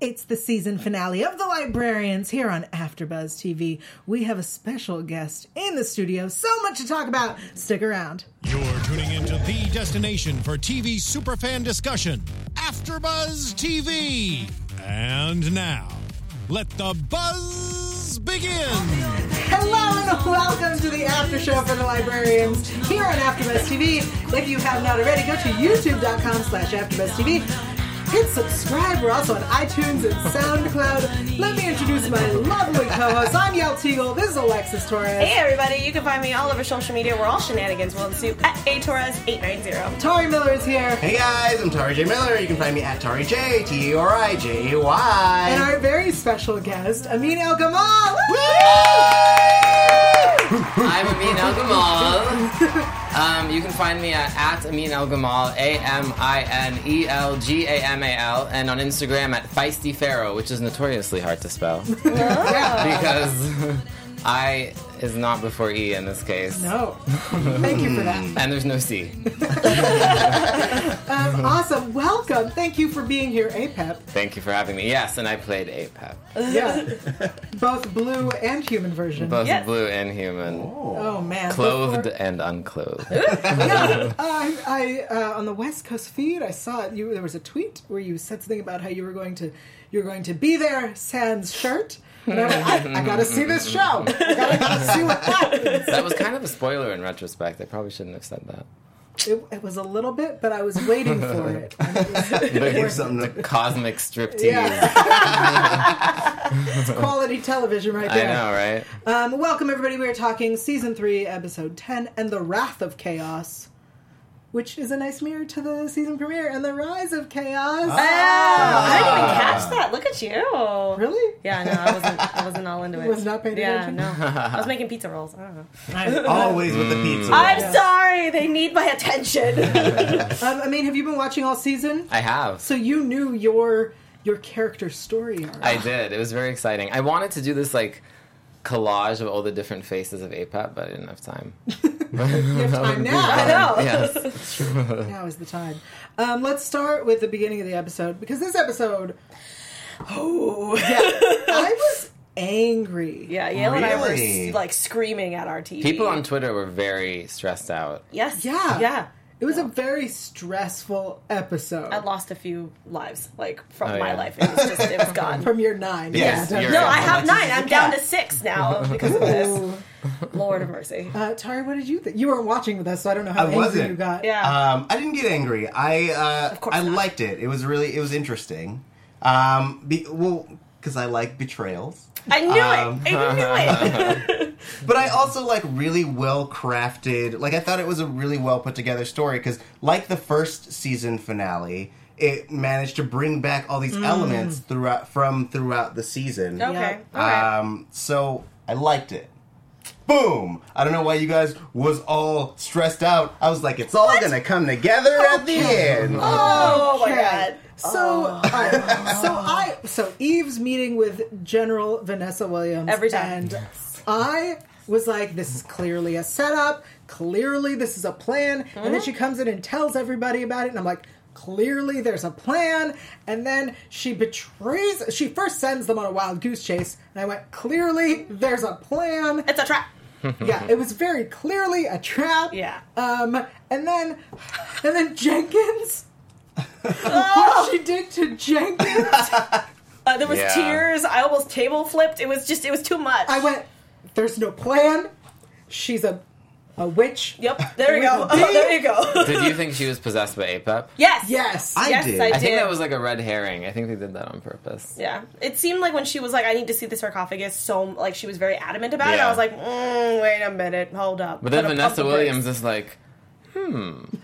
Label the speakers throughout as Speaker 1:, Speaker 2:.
Speaker 1: It's the season finale of The Librarians here on AfterBuzz TV. We have a special guest in the studio. So much to talk about. Stick around.
Speaker 2: You're tuning into the destination for TV superfan discussion, AfterBuzz TV. And now, let the buzz begin.
Speaker 1: Hello and welcome to the after show for The Librarians here on AfterBuzz TV. If you have not already, go to youtube.com slash AfterBuzz TV. Hit subscribe. We're also on iTunes and SoundCloud. Let me introduce my lovely co-host. I'm Yael Teagle. This is Alexis Torres.
Speaker 3: Hey everybody, you can find me all over social media. We're all shenanigans will ensue at atorres890.
Speaker 1: Tori Miller is here.
Speaker 4: Hey guys, I'm Tari J. Miller. You can find me at Tari J, T A R I J A
Speaker 1: And
Speaker 4: Y.
Speaker 1: our very special guest, Amin El Gamal.
Speaker 5: I'm Amin El Gamal. Um, you can find me at, at Amin El Gamal, A M I N E L G A M A L, and on Instagram at Feisty Pharaoh, which is notoriously hard to spell because I is not before E in this case.
Speaker 1: No. Thank you for that.
Speaker 5: And there's no C.
Speaker 1: Um, awesome. Welcome. Thank you for being here, E APEP.
Speaker 5: Thank you for having me. Yes, and I played E APEP,
Speaker 1: Uh, Yeah. Both blue and human version.
Speaker 5: both
Speaker 3: Yes.
Speaker 5: blue and human,
Speaker 1: oh, man.
Speaker 5: clothed
Speaker 1: Before-
Speaker 5: and unclothed.
Speaker 1: Yeah. I, I, uh, on the West Coast feed, I saw it. You, there was a tweet where you said something about how you were going to, you're going to be there, sans shirt. And I went, I, I gotta see this show. I gotta, gotta see what happens.
Speaker 5: that was kind of a spoiler in retrospect. I probably shouldn't have said that.
Speaker 1: It, it was a little bit, but I was waiting for it. And it was
Speaker 4: Here's something to-
Speaker 5: Cosmic striptease.
Speaker 1: Yeah. it's quality television right
Speaker 5: I
Speaker 1: there.
Speaker 5: know, right?
Speaker 1: Um, welcome, everybody. We are talking season three, episode 10, and the wrath of chaos, which is a nice mirror to the season premiere and the rise of chaos.
Speaker 3: Oh,
Speaker 5: Ah.
Speaker 3: I didn't even catch that. Look at you.
Speaker 1: Really?
Speaker 3: Yeah, no, I wasn't. I wasn't all into it.
Speaker 1: Was not paying
Speaker 3: yeah,
Speaker 1: attention?
Speaker 3: no. I was making pizza rolls. I don't know.
Speaker 4: Always with the pizza.
Speaker 3: I'm sorry. They need my attention.
Speaker 1: Um, I mean, have you been watching all season?
Speaker 5: I have.
Speaker 1: So you knew your your character story arc.
Speaker 5: I did. It was very exciting. I wanted to do this like collage of all the different faces of APAP, but I didn't have time.
Speaker 1: You have time now.
Speaker 3: I know.
Speaker 5: Yes.
Speaker 1: Now is the time. Um, let's start with the beginning of the episode because this episode, oh, yeah, I was angry.
Speaker 3: Yeah, Yale and I were
Speaker 4: Really?
Speaker 3: s- like screaming at our TV.
Speaker 5: People on Twitter were very stressed out.
Speaker 3: Yes.
Speaker 1: Yeah.
Speaker 3: Yeah.
Speaker 1: It was a very stressful episode.
Speaker 3: I lost a few lives, like from
Speaker 5: Oh,
Speaker 3: my
Speaker 5: yeah.
Speaker 3: life. It was just it was gone.
Speaker 1: from your nine.
Speaker 4: Yes,
Speaker 1: Yeah.
Speaker 5: you're-
Speaker 3: no, I have nine. I'm down to six now because of this. Lord of mercy.
Speaker 1: Uh, Tari, what did you think? You weren't watching with us, so I don't know how
Speaker 4: I
Speaker 1: angry
Speaker 4: wasn't.
Speaker 1: you got.
Speaker 5: Uh,
Speaker 3: Yeah.
Speaker 4: Um, I didn't get angry. I uh,
Speaker 3: course
Speaker 4: I
Speaker 3: not.
Speaker 4: liked it. It was really it was interesting. Um, be, well, because I like betrayals,
Speaker 3: I knew
Speaker 4: um,
Speaker 3: it. I knew it.
Speaker 4: but I also like really well crafted. Like I thought it was a really well put together story because like the first season finale. It managed to bring back all
Speaker 3: Mm.
Speaker 4: these elements throughout from throughout the season.
Speaker 3: okay.
Speaker 1: Yeah.
Speaker 3: All right.
Speaker 4: Um, so I liked it. Boom! I don't know why you guys was all stressed out. I was like, it's all gonna come together at the end.
Speaker 3: oh my
Speaker 1: Okay.
Speaker 3: god.
Speaker 1: So, I, so I, so Eve's meeting with General Vanessa Williams
Speaker 3: Every time.
Speaker 1: and I was like, "This is clearly a setup. Clearly, this is a plan." And then she
Speaker 3: Mm-hmm.
Speaker 1: comes in and tells everybody about it, and I'm like. Clearly, there's a plan, and then she betrays. She first sends them on a wild goose chase, and I went, Clearly, there's a plan.
Speaker 3: It's a trap.
Speaker 1: yeah, it was very clearly a trap.
Speaker 3: Mm-hmm. Yeah.
Speaker 1: Um, and then, and then Jenkins.
Speaker 3: Oh!
Speaker 1: what she did to Jenkins,
Speaker 3: Uh, there was
Speaker 5: Yeah.
Speaker 3: tears. I almost table flipped. It was just it was too much.
Speaker 1: I went. There's no plan. She's a, a witch.
Speaker 3: Yep. There you go.
Speaker 1: With a D.
Speaker 3: there you go.
Speaker 5: Did you think she was possessed by APAP?
Speaker 3: yes.
Speaker 1: Yes.
Speaker 4: I
Speaker 3: yes,
Speaker 4: did.
Speaker 3: I
Speaker 4: I
Speaker 3: did.
Speaker 5: I think that was like a red herring. I think they did that on purpose.
Speaker 3: yeah. It seemed like when she was like, "I need to see the sarcophagus," so like she was very adamant about it.
Speaker 5: Yeah.
Speaker 3: I was like, mm, "Wait a minute, hold up."
Speaker 5: But then
Speaker 3: Gotta pump
Speaker 5: Vanessa
Speaker 3: the brakes.
Speaker 5: Williams is like, hmm,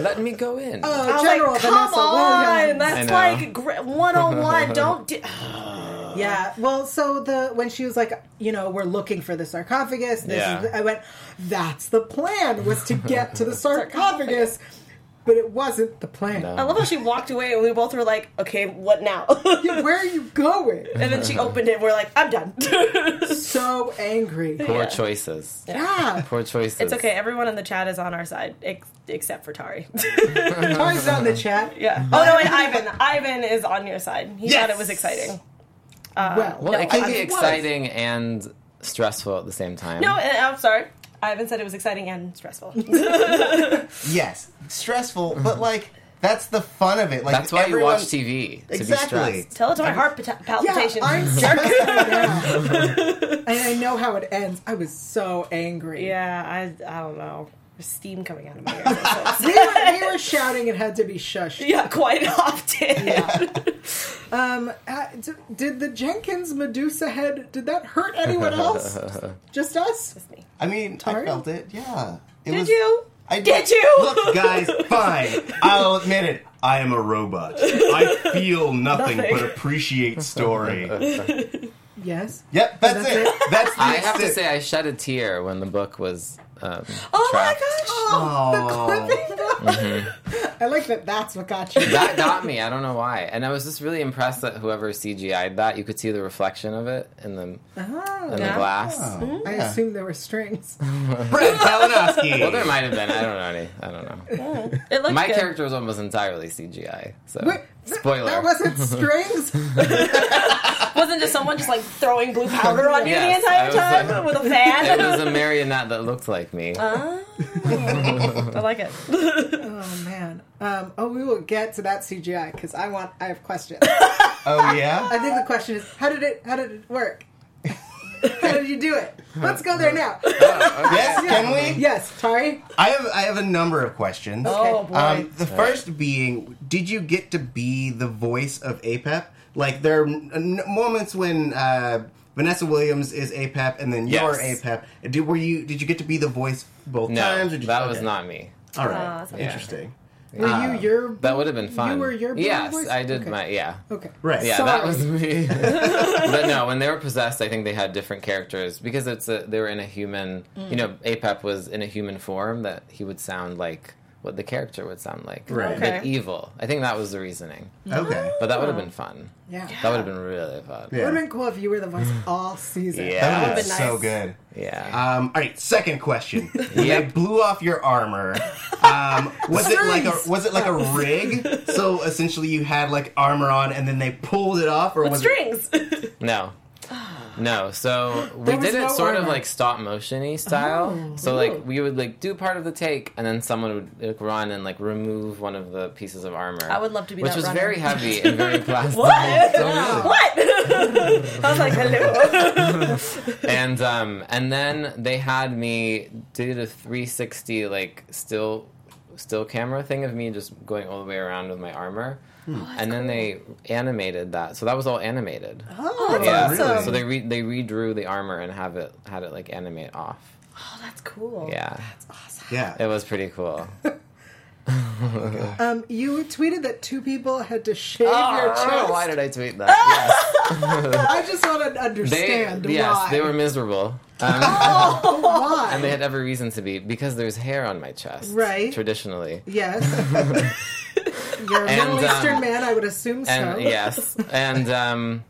Speaker 5: let me go in.
Speaker 1: Uh,
Speaker 3: I was
Speaker 1: General
Speaker 3: like, "Come
Speaker 1: Vanessa
Speaker 3: on,
Speaker 1: Williams.
Speaker 3: that's
Speaker 5: I know.
Speaker 3: like gr- one-on-one. Don't do."
Speaker 1: Yeah. Well, so the when she was like, you know, we're looking for the sarcophagus. This
Speaker 5: Yeah.
Speaker 1: is, I went. That's the plan was to get to the sarcophagus. but it wasn't the plan.
Speaker 5: No.
Speaker 3: I love how she walked away and we both were like, okay, what now?
Speaker 1: Yeah, Where are you going?
Speaker 3: and then she opened it and we're like, I'm done.
Speaker 1: so angry.
Speaker 5: Poor
Speaker 3: Yeah.
Speaker 5: choices.
Speaker 1: Yeah.
Speaker 5: Poor choices.
Speaker 3: it's okay. Everyone in the chat is on our side ex- except for Tari.
Speaker 1: Tari's not in the chat.
Speaker 3: yeah. Oh, no, and Ivan. Ivan is on your side. He thought it was
Speaker 4: Yes.
Speaker 3: exciting.
Speaker 1: Well,
Speaker 5: Well, it can be
Speaker 1: it was.
Speaker 5: exciting and stressful at the same time.
Speaker 3: No, and I'm sorry. Ivan said it was exciting and stressful.
Speaker 4: Yes, stressful, but like that's the fun of it. Like
Speaker 5: that's why
Speaker 4: everyone-
Speaker 5: you watch TV to be
Speaker 4: Exactly.
Speaker 5: stressed.
Speaker 3: Tell it to my heart palpitations. palpitation.
Speaker 1: Yeah, I'm stressed right now. and I know how it ends. I was so angry.
Speaker 3: Yeah, I, I don't know. There's steam coming out of my ears.
Speaker 1: We were, we were shouting it had to be shushed.
Speaker 3: yeah, quite often.
Speaker 1: Um, uh, d- did the Jenkins Medusa head, did that hurt anyone else? Just us?
Speaker 3: me.
Speaker 4: I mean,
Speaker 1: Tart?
Speaker 4: I felt it. Yeah. It
Speaker 3: Did you?
Speaker 4: I
Speaker 3: Did you?
Speaker 4: Look, guys, fine. I'll admit it. I am a robot. I feel nothing,
Speaker 3: Nothing.
Speaker 4: but appreciate story. yep,
Speaker 1: Yes.
Speaker 4: that's,
Speaker 1: That's
Speaker 4: it.
Speaker 1: it?
Speaker 4: That's the
Speaker 5: I have to
Speaker 4: extent.
Speaker 5: say, I shed a tear when the book was. Um,
Speaker 3: Oh
Speaker 5: trapped.
Speaker 3: my gosh.
Speaker 4: Oh.
Speaker 1: The clipping. I like Mm-hmm. that that's what got you.
Speaker 5: That got me. I don't know why. And I was just really impressed that whoever CGI'd that, you could see the reflection of it in the, in
Speaker 1: Oh,
Speaker 5: the
Speaker 3: Yeah.
Speaker 5: glass.
Speaker 4: Oh,
Speaker 1: I
Speaker 4: yeah.
Speaker 1: assume there were strings.
Speaker 4: Brad Kalinowski.
Speaker 5: Well, there might have been. I don't know. Any, I don't know.
Speaker 3: It looked
Speaker 5: My
Speaker 3: good.
Speaker 5: character was almost entirely CGI. So
Speaker 1: Wait, th-
Speaker 5: spoiler.
Speaker 1: That wasn't strings?
Speaker 3: Wasn't just someone just like throwing blue powder on you
Speaker 5: Yes,
Speaker 3: the entire
Speaker 5: I was
Speaker 3: time
Speaker 5: like-
Speaker 3: with a fan?
Speaker 5: it was a marionette that looked like me.
Speaker 3: Uh, I like it.
Speaker 1: Oh, man. Um, oh, we will get to that CGI because I want, I have questions.
Speaker 4: oh yeah.
Speaker 1: I think the question is, how did it, how did it work? how did you do it? Let's go there now.
Speaker 4: Yes, can we?
Speaker 1: Yes, Tari?
Speaker 4: I have I have a number of questions.
Speaker 3: Oh boy.
Speaker 4: Um, the first being, did you get to be the voice of APEP? Like there are n- n- moments when uh, Vanessa Williams is APEP, and then you're
Speaker 5: Yes.
Speaker 4: APEP. Did were you? Did you get to be the voice both
Speaker 5: no,
Speaker 4: times? or did you-
Speaker 5: that was
Speaker 4: okay.
Speaker 5: not me.
Speaker 4: All
Speaker 3: Oh,
Speaker 4: right,
Speaker 3: that's okay.
Speaker 4: interesting.
Speaker 1: Were you your.
Speaker 5: uh, That would have been fun.
Speaker 1: You were your Bond
Speaker 5: yes,
Speaker 1: voice?
Speaker 5: I did
Speaker 1: Okay.
Speaker 5: my yeah.
Speaker 1: Okay.
Speaker 4: Right.
Speaker 5: Yeah,
Speaker 1: Sorry.
Speaker 5: that was me. but no, when they were possessed, I think they had different characters because it's a, they were in a human.
Speaker 1: Mm.
Speaker 5: You know, Apep was in a human form that he would sound like what the character would sound like,
Speaker 4: Right.
Speaker 5: but
Speaker 3: Okay.
Speaker 5: evil. I think that was the reasoning.
Speaker 4: Okay.
Speaker 5: But that would have been fun.
Speaker 1: Yeah.
Speaker 5: That would have been really fun.
Speaker 1: It
Speaker 4: Yeah.
Speaker 1: would have been cool if you were the voice all season.
Speaker 5: Mm. Yeah.
Speaker 4: That
Speaker 5: That
Speaker 4: would have been
Speaker 3: would've
Speaker 4: so
Speaker 3: been
Speaker 4: good.
Speaker 5: Yeah.
Speaker 4: Um, all right, second question. When
Speaker 5: Yep.
Speaker 4: they blew off your armor, um, was it like a
Speaker 1: Strings.
Speaker 4: was it like a rig? So essentially, you had like armor on, and then they pulled it off, or
Speaker 3: With
Speaker 4: was it?
Speaker 3: strings.
Speaker 5: No. No, so we
Speaker 1: There was
Speaker 5: did it
Speaker 1: no
Speaker 5: sort of
Speaker 1: armor.
Speaker 5: like stop motiony style.
Speaker 3: Oh,
Speaker 5: so like we would like do part of the take, and then someone would like, run and like remove one of the pieces of armor.
Speaker 3: I would love to be
Speaker 5: which
Speaker 3: that
Speaker 5: was
Speaker 3: runner.
Speaker 5: very heavy and very plastic.
Speaker 3: what?
Speaker 4: really?
Speaker 3: what? I was like, hello.
Speaker 5: and um, and then they had me do the 360 like still still camera thing of me just going all the way around with my armor.
Speaker 3: Hmm. Oh,
Speaker 5: and then they animated that, so that was all animated.
Speaker 1: Oh, that's
Speaker 5: yeah,
Speaker 1: awesome.
Speaker 5: so they re- they redrew the armor and have it had it like animate off.
Speaker 3: Oh, that's cool.
Speaker 5: Yeah,
Speaker 4: Yeah.
Speaker 5: it was pretty cool.
Speaker 1: Um, you tweeted that two people had to shave your
Speaker 5: Oh,
Speaker 1: chest.
Speaker 5: why did I tweet that?
Speaker 1: I just want to
Speaker 5: Yes.
Speaker 1: understand
Speaker 5: They, yes,
Speaker 1: why.
Speaker 5: they were miserable. Um,
Speaker 1: why?
Speaker 5: and they had every reason to be because there's hair on my chest,
Speaker 1: Right.
Speaker 5: Traditionally,
Speaker 1: yes. You're a Middle
Speaker 5: And, um,
Speaker 1: Eastern man, I would assume so.
Speaker 5: and yes, and um,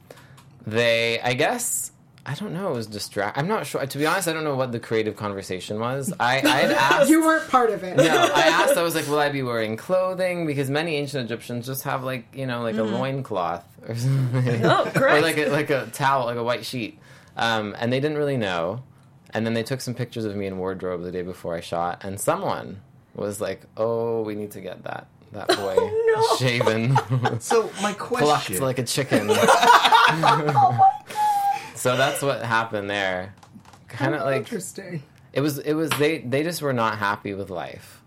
Speaker 5: they, I guess. I don't know. It was distract. I'm not sure. To be honest, I don't know what the creative conversation was. I, I had asked.
Speaker 1: You weren't part of it.
Speaker 5: No, I asked, I was like, will I be wearing clothing? Because many ancient Egyptians just have like, you know, like a loincloth or something.
Speaker 3: Mm-hmm. Oh,
Speaker 5: or
Speaker 3: correct.
Speaker 5: like a, like a towel, like a white sheet. Um, and they didn't really know. And then they took some pictures of me in wardrobe the day before I shot, and someone was like, "Oh, we need to get that that boy
Speaker 3: Oh, no.
Speaker 5: shaven,
Speaker 4: So my
Speaker 5: plucked
Speaker 4: question,
Speaker 5: like a chicken."
Speaker 3: Oh,
Speaker 5: so that's what happened there. Kind of like
Speaker 1: Interesting.
Speaker 5: it was. It was. They. They just were not happy with life.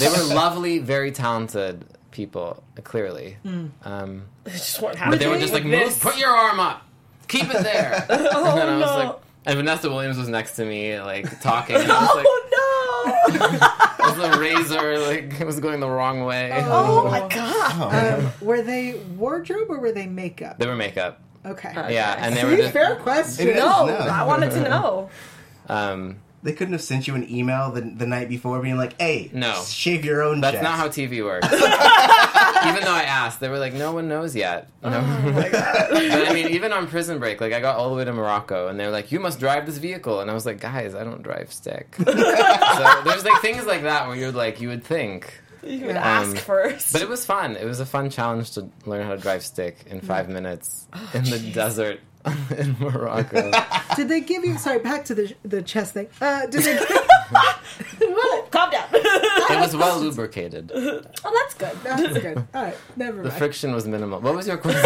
Speaker 5: they were lovely, very talented people. Clearly,
Speaker 3: Hmm.
Speaker 5: um,
Speaker 3: Just weren't
Speaker 5: but
Speaker 3: happy.
Speaker 5: they were just like, move, put your arm up, keep it there. and then I was
Speaker 3: Oh, no.
Speaker 5: like, and Vanessa Williams was next to me, like talking. And I was like,
Speaker 3: Oh no!
Speaker 5: it was a razor, like it was going the wrong way.
Speaker 3: Oh my god!
Speaker 1: Um, were they wardrobe or were they makeup?
Speaker 5: They were makeup,
Speaker 1: Okay.
Speaker 5: Uh, yeah, and they were
Speaker 1: See,
Speaker 5: just
Speaker 1: fair question.
Speaker 4: It is.
Speaker 3: No,
Speaker 4: No.
Speaker 3: I wanted to know.
Speaker 5: um,
Speaker 6: They couldn't have sent you an email the, the night before being like, "Hey,
Speaker 5: No.
Speaker 6: shave your own."
Speaker 5: That's
Speaker 6: chest.
Speaker 5: not how TV works. even though I asked, they were like, "No one knows yet." You
Speaker 3: Oh.
Speaker 5: know? but I mean, even on prison break, like I got all the way to Morocco, and they were like, "You must drive this vehicle," and I was like, "Guys, I don't drive stick." so there's like things like that where you're like, you would think,
Speaker 3: You would ask first.
Speaker 5: Um, but it was fun. It was a fun challenge to learn how to drive stick in five minutes in the desert in Morocco.
Speaker 1: Did they give you? Sorry, back to the the chest thing. Uh, did they?
Speaker 3: Whoa, calm down. oh,
Speaker 5: It was well lubricated. The
Speaker 3: that's good.
Speaker 1: That's good. All right, never mind.
Speaker 5: friction was minimal. What was your question?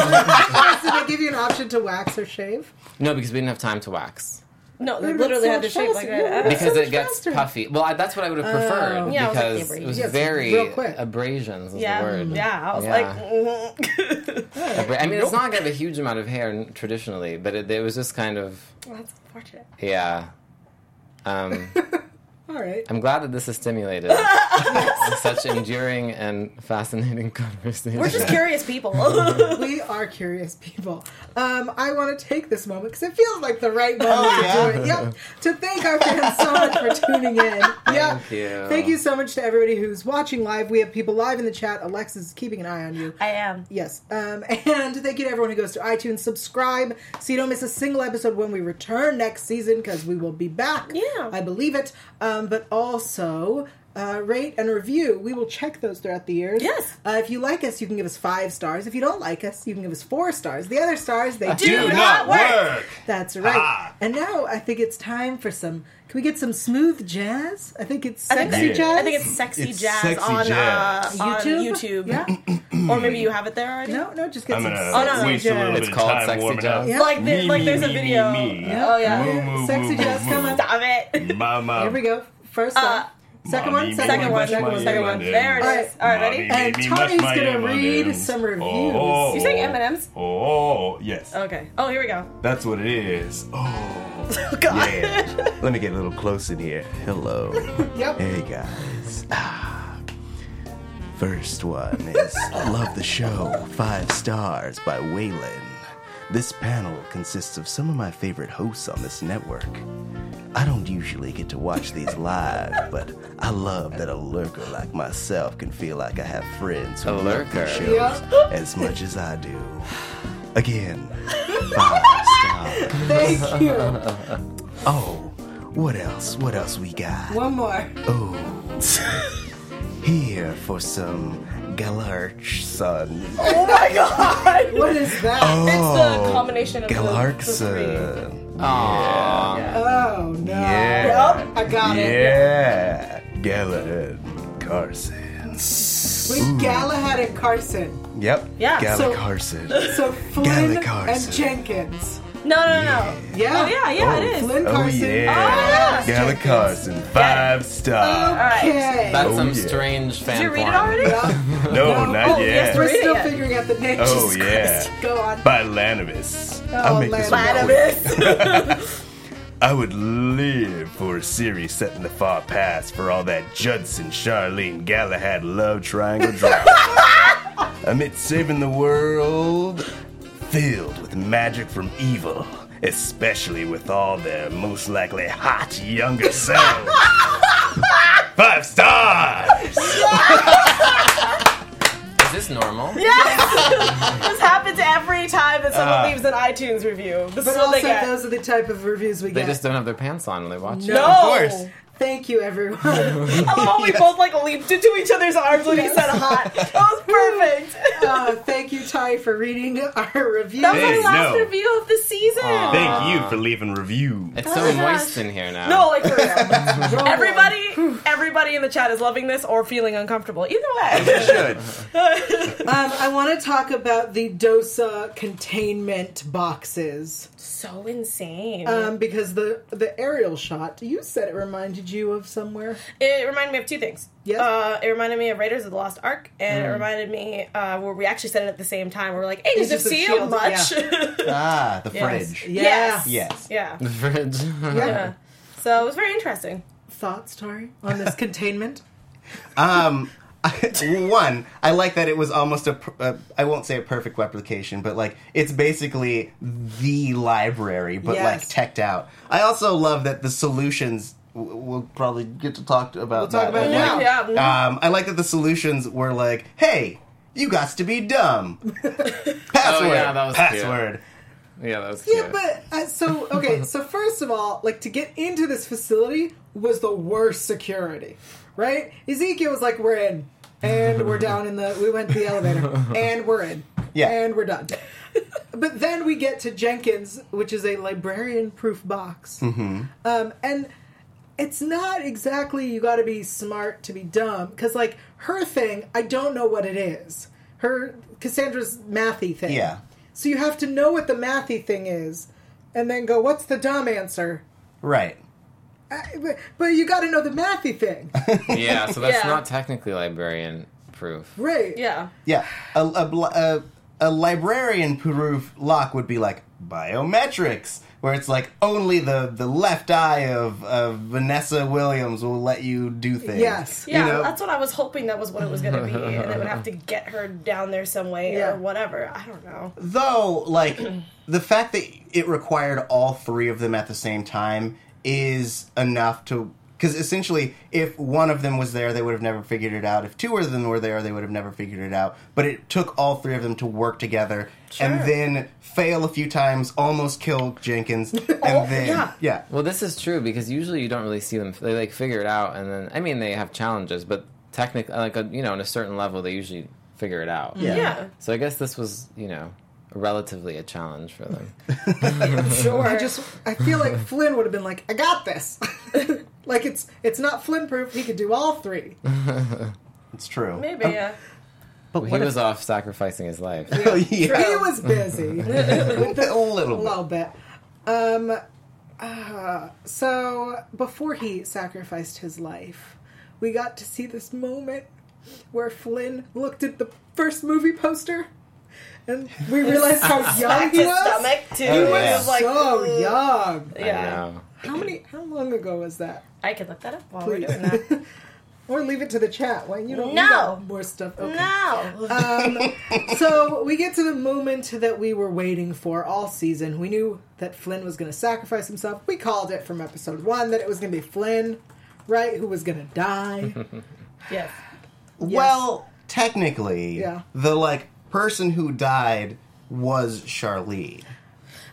Speaker 1: did they give you an option to wax or shave?
Speaker 5: no, because we didn't have time to wax.
Speaker 3: No, they
Speaker 1: But
Speaker 3: literally
Speaker 1: it's
Speaker 3: had
Speaker 1: so
Speaker 3: to shape like
Speaker 1: faster.
Speaker 3: that.
Speaker 5: because
Speaker 1: so
Speaker 5: it
Speaker 1: much
Speaker 5: gets
Speaker 1: faster.
Speaker 5: puffy. Well, I, that's what I would have preferred
Speaker 3: Yeah, I was like,
Speaker 5: because
Speaker 3: yeah,
Speaker 5: it was
Speaker 1: yes,
Speaker 5: very
Speaker 1: real quick.
Speaker 5: abrasions. Is
Speaker 3: yeah, mm-hmm.
Speaker 5: the word.
Speaker 3: yeah. I was mm-hmm.
Speaker 5: Yeah.
Speaker 3: like,
Speaker 5: Abra- I mean, it's not gonna have a huge amount of hair n- traditionally, but it, it was just kind of
Speaker 3: well, that's unfortunate.
Speaker 5: yeah. Um,
Speaker 1: All right.
Speaker 5: I'm glad that this is stimulated. It's such enduring and fascinating conversation.
Speaker 3: We're just curious people.
Speaker 1: We are curious people. Um, I want to take this moment because it feels like the right moment
Speaker 6: Oh, yeah?
Speaker 1: to do it. Yep. To thank our fans so much for tuning in. Yep.
Speaker 5: Thank you.
Speaker 1: Thank you so much to everybody who's watching live. We have people live in the chat. Alexa's keeping an eye on you.
Speaker 3: I am.
Speaker 1: Yes. Um, and thank you to everyone who goes to iTunes. Subscribe so you don't miss a single episode when we return next season because we will be back.
Speaker 3: Yeah.
Speaker 1: I believe it. Um, but also. Uh, rate and review. We will check those throughout the years.
Speaker 3: Yes.
Speaker 1: Uh, if you like us, you can give us five stars. If you don't like us, you can give us four stars. The other stars, they do,
Speaker 3: Do not work.
Speaker 1: That's right.
Speaker 4: Ah.
Speaker 1: And now I think it's time for some. Can we get some smooth jazz? I think it's
Speaker 3: think
Speaker 1: sexy
Speaker 3: that-
Speaker 1: jazz.
Speaker 3: I think it's sexy
Speaker 6: It's
Speaker 3: jazz
Speaker 6: sexy
Speaker 3: on,
Speaker 4: jazz.
Speaker 3: Uh, on
Speaker 1: YouTube?
Speaker 3: YouTube. or maybe you have it there already.
Speaker 1: No, no, just get
Speaker 4: I'm
Speaker 1: some.
Speaker 4: gonna
Speaker 1: sexy
Speaker 3: Oh, no,
Speaker 4: waste a little
Speaker 1: jazz.
Speaker 4: bit
Speaker 5: It's
Speaker 4: of
Speaker 5: called
Speaker 4: time
Speaker 5: Sexy
Speaker 4: warming
Speaker 5: Jazz.
Speaker 4: up.
Speaker 1: Yeah.
Speaker 3: Like, the,
Speaker 4: Me,
Speaker 3: like
Speaker 4: me,
Speaker 3: there's a
Speaker 4: me,
Speaker 3: video.
Speaker 4: me, me.
Speaker 1: Yeah.
Speaker 3: Oh yeah.
Speaker 4: Woo, woo,
Speaker 1: Sexy
Speaker 4: woo,
Speaker 1: jazz
Speaker 4: woo,
Speaker 1: coming.
Speaker 4: woo.
Speaker 3: Stop it.
Speaker 4: Mama.
Speaker 1: Here we go. First
Speaker 3: Uh,
Speaker 1: one. Second one.
Speaker 4: Mommy,
Speaker 1: Second
Speaker 3: Second
Speaker 4: mommy,
Speaker 1: one.
Speaker 4: mush
Speaker 1: Second
Speaker 4: my
Speaker 1: one.
Speaker 3: one,
Speaker 1: Second
Speaker 3: second
Speaker 4: ear,
Speaker 1: one.
Speaker 3: one.
Speaker 4: my
Speaker 3: There it
Speaker 1: All
Speaker 3: is. All right, ready?
Speaker 4: Mommy,
Speaker 1: And
Speaker 4: baby,
Speaker 1: Tony's
Speaker 4: mush my
Speaker 1: gonna
Speaker 4: ear, my
Speaker 1: read
Speaker 4: dems.
Speaker 1: some reviews.
Speaker 4: Oh.
Speaker 3: You saying M&Ms?
Speaker 4: Oh, yes.
Speaker 3: Okay. Oh, here we go.
Speaker 4: That's what it is. Oh,
Speaker 3: God.
Speaker 4: yeah. Let me get a little close in here. Hello.
Speaker 1: Yep.
Speaker 4: Hey, guys. Ah. First one is Love the Show, five stars by Waylon. This panel consists of some of my favorite hosts on this network. I don't usually get to watch these live, but I love that a lurker like myself can feel like I have friends who
Speaker 5: A
Speaker 4: love
Speaker 5: lurker.
Speaker 4: these shows
Speaker 1: Yeah.
Speaker 4: as much as I do. Again, five stars.
Speaker 1: Thank you.
Speaker 4: Oh, what else? What else we got?
Speaker 1: One more.
Speaker 4: Oh. Here for some Galarch son.
Speaker 3: Oh my god.
Speaker 1: What is that?
Speaker 4: Oh.
Speaker 3: It's the combination of the-
Speaker 4: Galarch
Speaker 3: the three.
Speaker 4: son.
Speaker 5: Aw.
Speaker 1: Oh no.
Speaker 4: Yeah.
Speaker 1: Yep, I got it.
Speaker 4: Yeah. Galahad Carson.
Speaker 1: With Galahad and Carson.
Speaker 4: Yep.
Speaker 3: Yeah,
Speaker 4: Gala
Speaker 1: so-
Speaker 4: Carson.
Speaker 1: So Flynn
Speaker 4: Galahad Carson.
Speaker 1: and Jenkins.
Speaker 3: No, no, no.
Speaker 1: Yeah.
Speaker 3: Oh yeah, yeah, it is.
Speaker 1: Flynn
Speaker 4: Oh
Speaker 1: Carson. Oh,
Speaker 4: yeah.
Speaker 1: Galahad
Speaker 4: Gala
Speaker 1: Jenkins.
Speaker 4: Carson. Five
Speaker 3: All
Speaker 4: star.
Speaker 3: right.
Speaker 1: Okay.
Speaker 5: That's
Speaker 4: Oh,
Speaker 5: some
Speaker 4: yeah.
Speaker 5: strange fan
Speaker 3: Did you read it
Speaker 5: forum.
Speaker 3: already?
Speaker 4: No,
Speaker 1: No.
Speaker 4: not
Speaker 3: Oh, yes,
Speaker 4: yet.
Speaker 1: We're
Speaker 3: Read it
Speaker 1: still
Speaker 3: yet.
Speaker 1: figuring out the name.
Speaker 4: Oh
Speaker 1: Jesus
Speaker 4: yeah.
Speaker 1: Christ. Go on.
Speaker 4: By Lanavis.
Speaker 1: Oh,
Speaker 4: I'll make this one
Speaker 1: Lanavis.
Speaker 4: quick.
Speaker 3: Platypus.
Speaker 4: I would live for a series set in the far past for all that Judson, Charlene, Galahad love triangle drama. Amid saving the world, filled with magic from evil, especially with all their most likely hot younger selves. Five stars!
Speaker 5: Is this normal?
Speaker 3: this happens every time that
Speaker 4: Uh.
Speaker 3: someone leaves an iTunes review. This
Speaker 1: But
Speaker 3: is what
Speaker 1: also,
Speaker 3: they get.
Speaker 1: those are the type of reviews we
Speaker 5: They
Speaker 1: get.
Speaker 5: just don't have their pants on when they watch
Speaker 3: no.
Speaker 5: it.
Speaker 4: course.
Speaker 1: Thank you, everyone.
Speaker 3: I love how we both like leaped into each other's arms when he said hot. That was perfect.
Speaker 1: Uh, thank you, Ty, for reading our review.
Speaker 3: That was
Speaker 4: Hey,
Speaker 3: our last
Speaker 4: no.
Speaker 3: review of the season.
Speaker 4: Thank you for leaving review.
Speaker 5: It's
Speaker 3: Oh my
Speaker 5: so
Speaker 3: gosh.
Speaker 5: moist in here now.
Speaker 3: No, like for real. everybody, everybody in the chat is loving this or feeling uncomfortable. Either way,
Speaker 4: Should.
Speaker 1: Um, I want to talk about the DOSA containment boxes
Speaker 3: so insane.
Speaker 1: um, because the the aerial shot you said it reminded you of somewhere.
Speaker 3: It reminded me of two things.
Speaker 1: Yes.
Speaker 3: Uh, it reminded me of Raiders of the Lost Ark, and it reminded me uh, where we actually said it at the same time. We were like, "Ages
Speaker 1: Agents
Speaker 3: of
Speaker 1: of
Speaker 3: Seal,
Speaker 1: S.H.I.E.L.D.,
Speaker 3: much."
Speaker 6: Ah, the
Speaker 3: Yes.
Speaker 6: fridge.
Speaker 1: Yeah.
Speaker 6: Yes.
Speaker 3: Yes. yeah. Uh,
Speaker 5: The fridge.
Speaker 1: Yeah.
Speaker 3: So it was very interesting.
Speaker 1: Thoughts, Tori, on this containment?
Speaker 6: Um, one, I like that it was almost a, per- uh, I won't say a perfect replication, but like it's basically the library, but
Speaker 1: Yes.
Speaker 6: like teched out. I also love that the solutions
Speaker 4: w- we'll probably get to talk about.
Speaker 1: We'll talk about
Speaker 4: that.
Speaker 1: it now. mm-hmm.
Speaker 3: Yeah.
Speaker 4: Um, I like that the solutions were like, "Hey, you got to be dumb." password.
Speaker 5: Oh, yeah, that was cute.
Speaker 4: password.
Speaker 5: Yeah, that was
Speaker 1: Yeah,
Speaker 5: cute.
Speaker 1: but uh, so okay. So first of all, like to get into this facility was the worst security, right? Ezekiel was like, "We're in, and we're down in the. We went to the elevator, and we're in,
Speaker 4: Yeah.
Speaker 1: and we're done." but then we get to Jenkins, which is a librarian-proof box, um, and it's not exactly you got to be smart to be dumb because like her thing, I don't know what it is. Her Cassandra's mathy thing,
Speaker 4: Yeah.
Speaker 1: so you have to know what the mathy thing is, and then go, "What's the dumb answer?"
Speaker 4: Right.
Speaker 1: I, but, but you got to know the mathy thing,
Speaker 5: yeah, so that's
Speaker 3: Yeah.
Speaker 5: not technically librarian proof.
Speaker 1: right?
Speaker 3: Yeah.
Speaker 4: Yeah. A, a, bl- a, a librarian proof lock would be like biometrics, where it's like only the, the left eye of, of Vanessa Williams will let you do things.
Speaker 1: Yes.
Speaker 3: Yeah,
Speaker 4: You know?
Speaker 3: that's what I was hoping that was what it was going to be, and they would have to get her down there some way
Speaker 1: Yeah.
Speaker 3: or whatever. I don't know.
Speaker 4: Though, like, the fact that it required all three of them at the same time is enough to. Because essentially, if one of them was there, they would have never figured it out. If two of them were there, they would have never figured it out. But it took all three of them to work together and then fail a few times, almost kill Jenkins, and then
Speaker 3: Oh, yeah.
Speaker 4: yeah,
Speaker 5: Well, this is true because usually you don't really see them. They like figure it out, and then I mean they have challenges, but technically, like a, you know, on a certain level, they usually figure it out.
Speaker 4: Yeah.
Speaker 3: Yeah.
Speaker 5: So I guess this was you know relatively a challenge for them.
Speaker 1: Sure. I just I feel like Flynn would have been like, "I got this." like it's it's not Flynn proof. He could do all three.
Speaker 4: It's true.
Speaker 3: Maybe, uh, yeah.
Speaker 4: But
Speaker 5: he
Speaker 4: what
Speaker 5: was off sacrificing his life.
Speaker 4: if- yeah,
Speaker 1: He was busy.
Speaker 4: a little
Speaker 1: A
Speaker 4: bit.
Speaker 1: little bit. Um, uh, so before he sacrificed his life, we got to see this moment where Flynn looked at the first movie poster, and we realized how young he
Speaker 3: His
Speaker 1: was.
Speaker 3: stomach too.
Speaker 4: Oh,
Speaker 3: It
Speaker 4: yeah.
Speaker 3: was like,
Speaker 1: so
Speaker 3: ugh.
Speaker 1: young.
Speaker 5: I
Speaker 3: Yeah.
Speaker 5: know.
Speaker 1: How many? How long ago was that?
Speaker 3: I, can look that up while
Speaker 1: Please.
Speaker 3: we're doing that.
Speaker 1: Or leave it to the chat. Why you don't
Speaker 3: No.
Speaker 1: read all more stuff? Okay.
Speaker 3: No.
Speaker 1: Uh, so we get to the moment that we were waiting for all season. We knew that Flynn was going to sacrifice himself. We called it from episode one that it was going to be Flynn, right? Who was going to die.
Speaker 3: yes.
Speaker 4: Well, technically,
Speaker 1: Yeah.
Speaker 4: the like person who died was Charlie,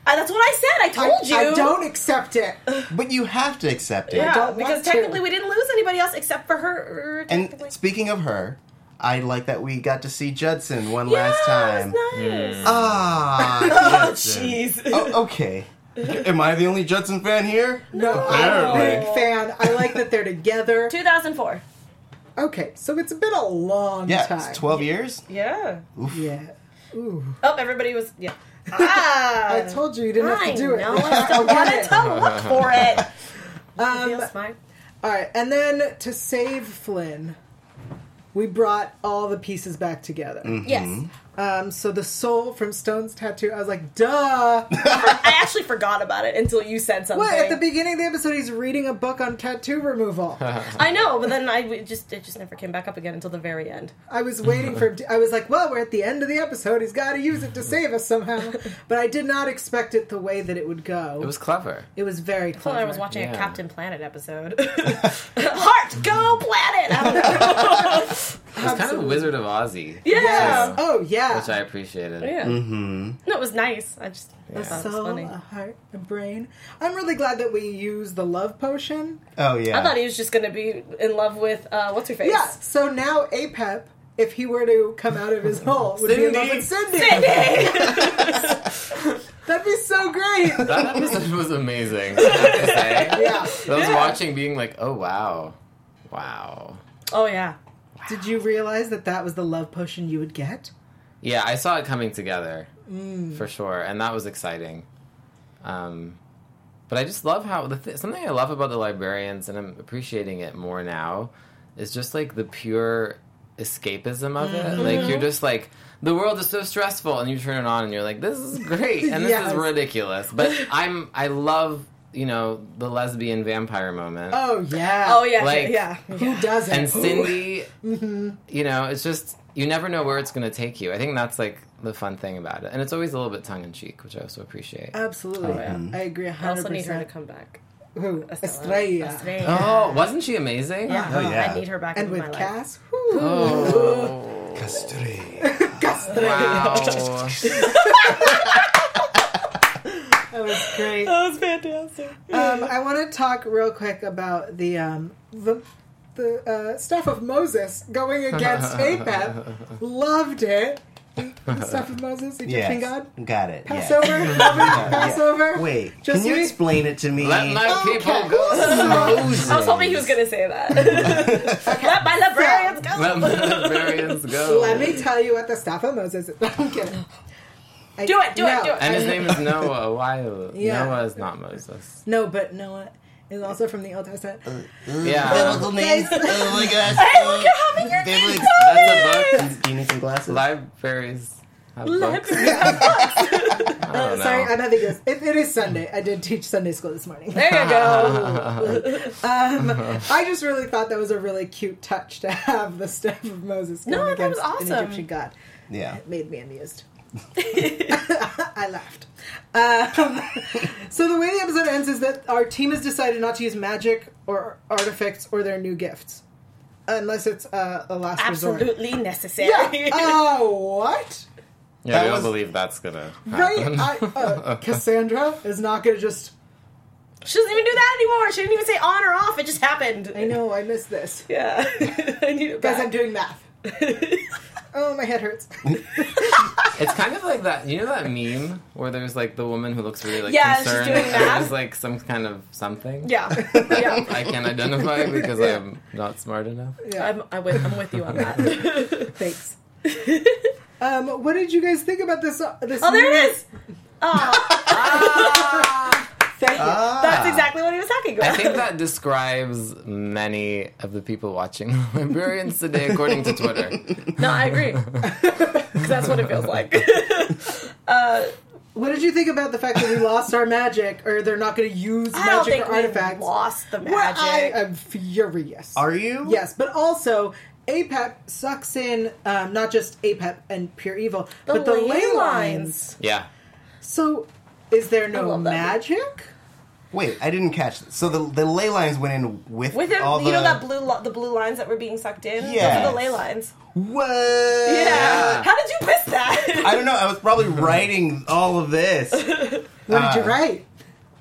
Speaker 3: Uh, that's what I said. I
Speaker 1: I,
Speaker 3: told you.
Speaker 1: I don't accept it.
Speaker 4: but you have to accept it.
Speaker 3: Yeah,
Speaker 1: don't want
Speaker 3: because
Speaker 1: to.
Speaker 3: technically we didn't lose anybody else except for her.
Speaker 4: And
Speaker 3: technically.
Speaker 4: speaking of her, I like that we got to see Judson one last
Speaker 3: Yeah,
Speaker 4: time.
Speaker 3: it was
Speaker 1: Mm.
Speaker 3: nice.
Speaker 4: Ah,
Speaker 3: Oh, jeez.
Speaker 4: oh, okay. Am I the only Judson fan here?
Speaker 1: No, I'm a
Speaker 4: Apparently.
Speaker 1: big fan. I like that they're together.
Speaker 3: 2004.
Speaker 1: Okay, so it's been a long
Speaker 4: Yeah,
Speaker 1: time.
Speaker 4: it's twelve years.
Speaker 3: Yeah.
Speaker 1: Yeah.
Speaker 3: Oh, everybody was. Yeah. Ah,
Speaker 1: I told you you didn't have
Speaker 3: I
Speaker 1: to do it.
Speaker 3: know. I still wanted to look for it. Um, Feels fine.
Speaker 1: All right, and then to save Flynn, we brought all the pieces back together.
Speaker 3: Yes.
Speaker 1: Um, so the soul from Stone's tattoo, I was like, duh.
Speaker 3: I actually forgot about it until you said something.
Speaker 1: What? At the beginning of the episode, he's reading a book on tattoo removal.
Speaker 3: I know, but then I it just it just never came back up again until the very end.
Speaker 1: I was waiting for him. To, I was like, well, we're at the end of the episode. He's got to use it to save us somehow. But I did not expect it the way that it would go.
Speaker 5: It was clever.
Speaker 1: It was very
Speaker 3: I thought
Speaker 1: clever.
Speaker 3: I was watching
Speaker 5: Yeah.
Speaker 3: a Captain Planet episode. Heart, go planet! I don't know.
Speaker 5: It was kind of Wizard of Ozzy,
Speaker 3: Yeah.
Speaker 1: Yes. Oh yeah.
Speaker 5: which I appreciated.
Speaker 3: Yeah. No, it was nice. I just I thought it was
Speaker 1: Soul,
Speaker 3: funny.
Speaker 1: a heart, a brain. I'm really glad that we used the love potion.
Speaker 4: Oh yeah.
Speaker 3: I thought he was just gonna be in love with uh, what's her face?
Speaker 1: Yeah. So now Apep, if he were to come out of his hole, would be in love with Cindy.
Speaker 3: Cindy.
Speaker 1: That'd be so great.
Speaker 5: That episode was amazing. I have to say.
Speaker 1: yeah.
Speaker 5: I was watching, being like, "Oh wow, wow."
Speaker 3: oh yeah.
Speaker 1: Did you realize that that was the love potion you would get?
Speaker 5: Yeah, I saw it coming together for sure, and that was exciting. Um, but I just love how the th- something I love about the librarians, and I'm appreciating it more now, is just like the pure escapism of it. Like you're just like the world is so stressful, and you turn it on, and you're like, "This is great," and this
Speaker 1: Yes.
Speaker 5: is ridiculous. But I'm I love you know the lesbian vampire moment.
Speaker 1: Oh yeah.
Speaker 3: Oh yeah.
Speaker 5: Like-
Speaker 3: yeah.
Speaker 1: Who doesn't?
Speaker 5: and Cindy, you know, it's just you never know where it's going to take you. I think that's like the fun thing about
Speaker 1: Uh,
Speaker 3: Oh,
Speaker 5: it, and it's always a little bit tongue in cheek, which I also appreciate.
Speaker 1: Absolutely. I agree. 100%.
Speaker 3: I also need her to come back.
Speaker 1: Who? Estrella.
Speaker 3: Estrella.
Speaker 5: Oh, wasn't she amazing?
Speaker 3: Yeah.
Speaker 7: Oh, yeah.
Speaker 3: I need her back
Speaker 1: And
Speaker 3: in
Speaker 1: with
Speaker 3: my life.
Speaker 1: Cass. whew,
Speaker 7: Castry.
Speaker 5: Oh, Wow.
Speaker 1: That was great.
Speaker 3: That was fantastic.
Speaker 1: Um, I want to talk real quick about the um, the the uh, stuff of Moses going against Apep. Loved it. The stuff of Moses, Egyptian
Speaker 4: Yes.
Speaker 1: god.
Speaker 4: Got it. yes.
Speaker 1: Passover, Covenant, Passover.
Speaker 4: Wait,
Speaker 1: Just
Speaker 4: can you
Speaker 1: me?
Speaker 4: explain it to me?
Speaker 5: Let my people go.
Speaker 4: Moses.
Speaker 3: I was hoping he was gonna say that. Let my librarians go.
Speaker 5: Let my librarians go.
Speaker 1: Let me tell you what the stuff of Moses is. I'm kidding. I-
Speaker 3: Do it, do it,
Speaker 1: no.
Speaker 3: do it.
Speaker 5: And his name is Noah. Why? Noah is not Moses.
Speaker 1: No, but Noah is also from the Old Testament.
Speaker 5: Yeah.
Speaker 4: Biblical names. Oh my gosh.
Speaker 3: Hey, look at how big your
Speaker 4: Biblical-
Speaker 5: That's a book.
Speaker 4: Do you need some glasses?
Speaker 5: Libraries have books.
Speaker 3: Libraries
Speaker 5: I don't know.
Speaker 1: Sorry, I'm having this. It, it is Sunday. I did teach Sunday school this morning.
Speaker 3: There you go.
Speaker 1: Um, I just really thought that was a really cute touch to have the stuff of Moses
Speaker 3: No,
Speaker 1: going
Speaker 3: I thought it was
Speaker 1: against an
Speaker 3: awesome.
Speaker 1: Egyptian god.
Speaker 4: Yeah.
Speaker 1: made me amused. I laughed. Um, so the way the episode ends is that our team has decided not to use magic or artifacts or their new gifts, unless it's uh, a last resort.
Speaker 3: Absolutely necessary.
Speaker 1: Yeah. Oh, what?
Speaker 5: Yeah, we
Speaker 4: That
Speaker 5: don't
Speaker 4: was-
Speaker 5: believe that's gonna
Speaker 1: Right?
Speaker 5: happen.
Speaker 1: I, uh, Cassandra is not going to just.
Speaker 3: She doesn't even do that anymore. She didn't even say on or off. It just happened.
Speaker 1: I know I missed this.
Speaker 3: Yeah. I need it
Speaker 1: Guys,
Speaker 3: back.
Speaker 1: I'm doing math. oh, my head hurts.
Speaker 5: It's kind of like that. You know that meme where there's like the woman who looks really like
Speaker 3: Yeah, she's
Speaker 5: concerned.
Speaker 3: doing
Speaker 5: and
Speaker 3: that.
Speaker 5: There's like some kind of something.
Speaker 3: Yeah. Yeah.
Speaker 5: I can identify because I'm not smart enough.
Speaker 1: Yeah,
Speaker 3: I'm, I'm, with, I'm with you on that.
Speaker 1: thanks. Um, what did you guys think about this? uh, This
Speaker 3: oh, there
Speaker 1: new-
Speaker 3: it is. Oh,
Speaker 1: Thank you.
Speaker 3: that's exactly what he was talking about.
Speaker 5: Ah. I think that describes many of the people watching librarians today, according to Twitter.
Speaker 3: no, I agree. 'Cause that's what it feels like.
Speaker 1: What did you think about the fact that we lost our magic, or they're not going to use
Speaker 3: I don't
Speaker 1: magic
Speaker 3: think
Speaker 1: or artifacts?
Speaker 3: we lost the magic.
Speaker 1: Well, I am furious.
Speaker 4: Are you?
Speaker 1: Yes, but also APEP sucks in um, not just APEP and pure evil, but the ley lines.
Speaker 5: Yeah.
Speaker 1: So, is there
Speaker 3: I
Speaker 1: no
Speaker 3: love that.
Speaker 1: magic?
Speaker 4: Wait, I didn't catch. This. So the the ley lines went in with
Speaker 3: With it,
Speaker 4: all
Speaker 3: you
Speaker 4: the
Speaker 3: know that blue, li- the blue lines that were being sucked in.
Speaker 4: Yes.
Speaker 3: Those are the ley lines.
Speaker 4: What?
Speaker 3: Yeah.
Speaker 5: Yeah.
Speaker 3: How did you miss that?
Speaker 4: I don't know. I was probably writing all of this.
Speaker 1: What did
Speaker 3: Uh,
Speaker 1: you write?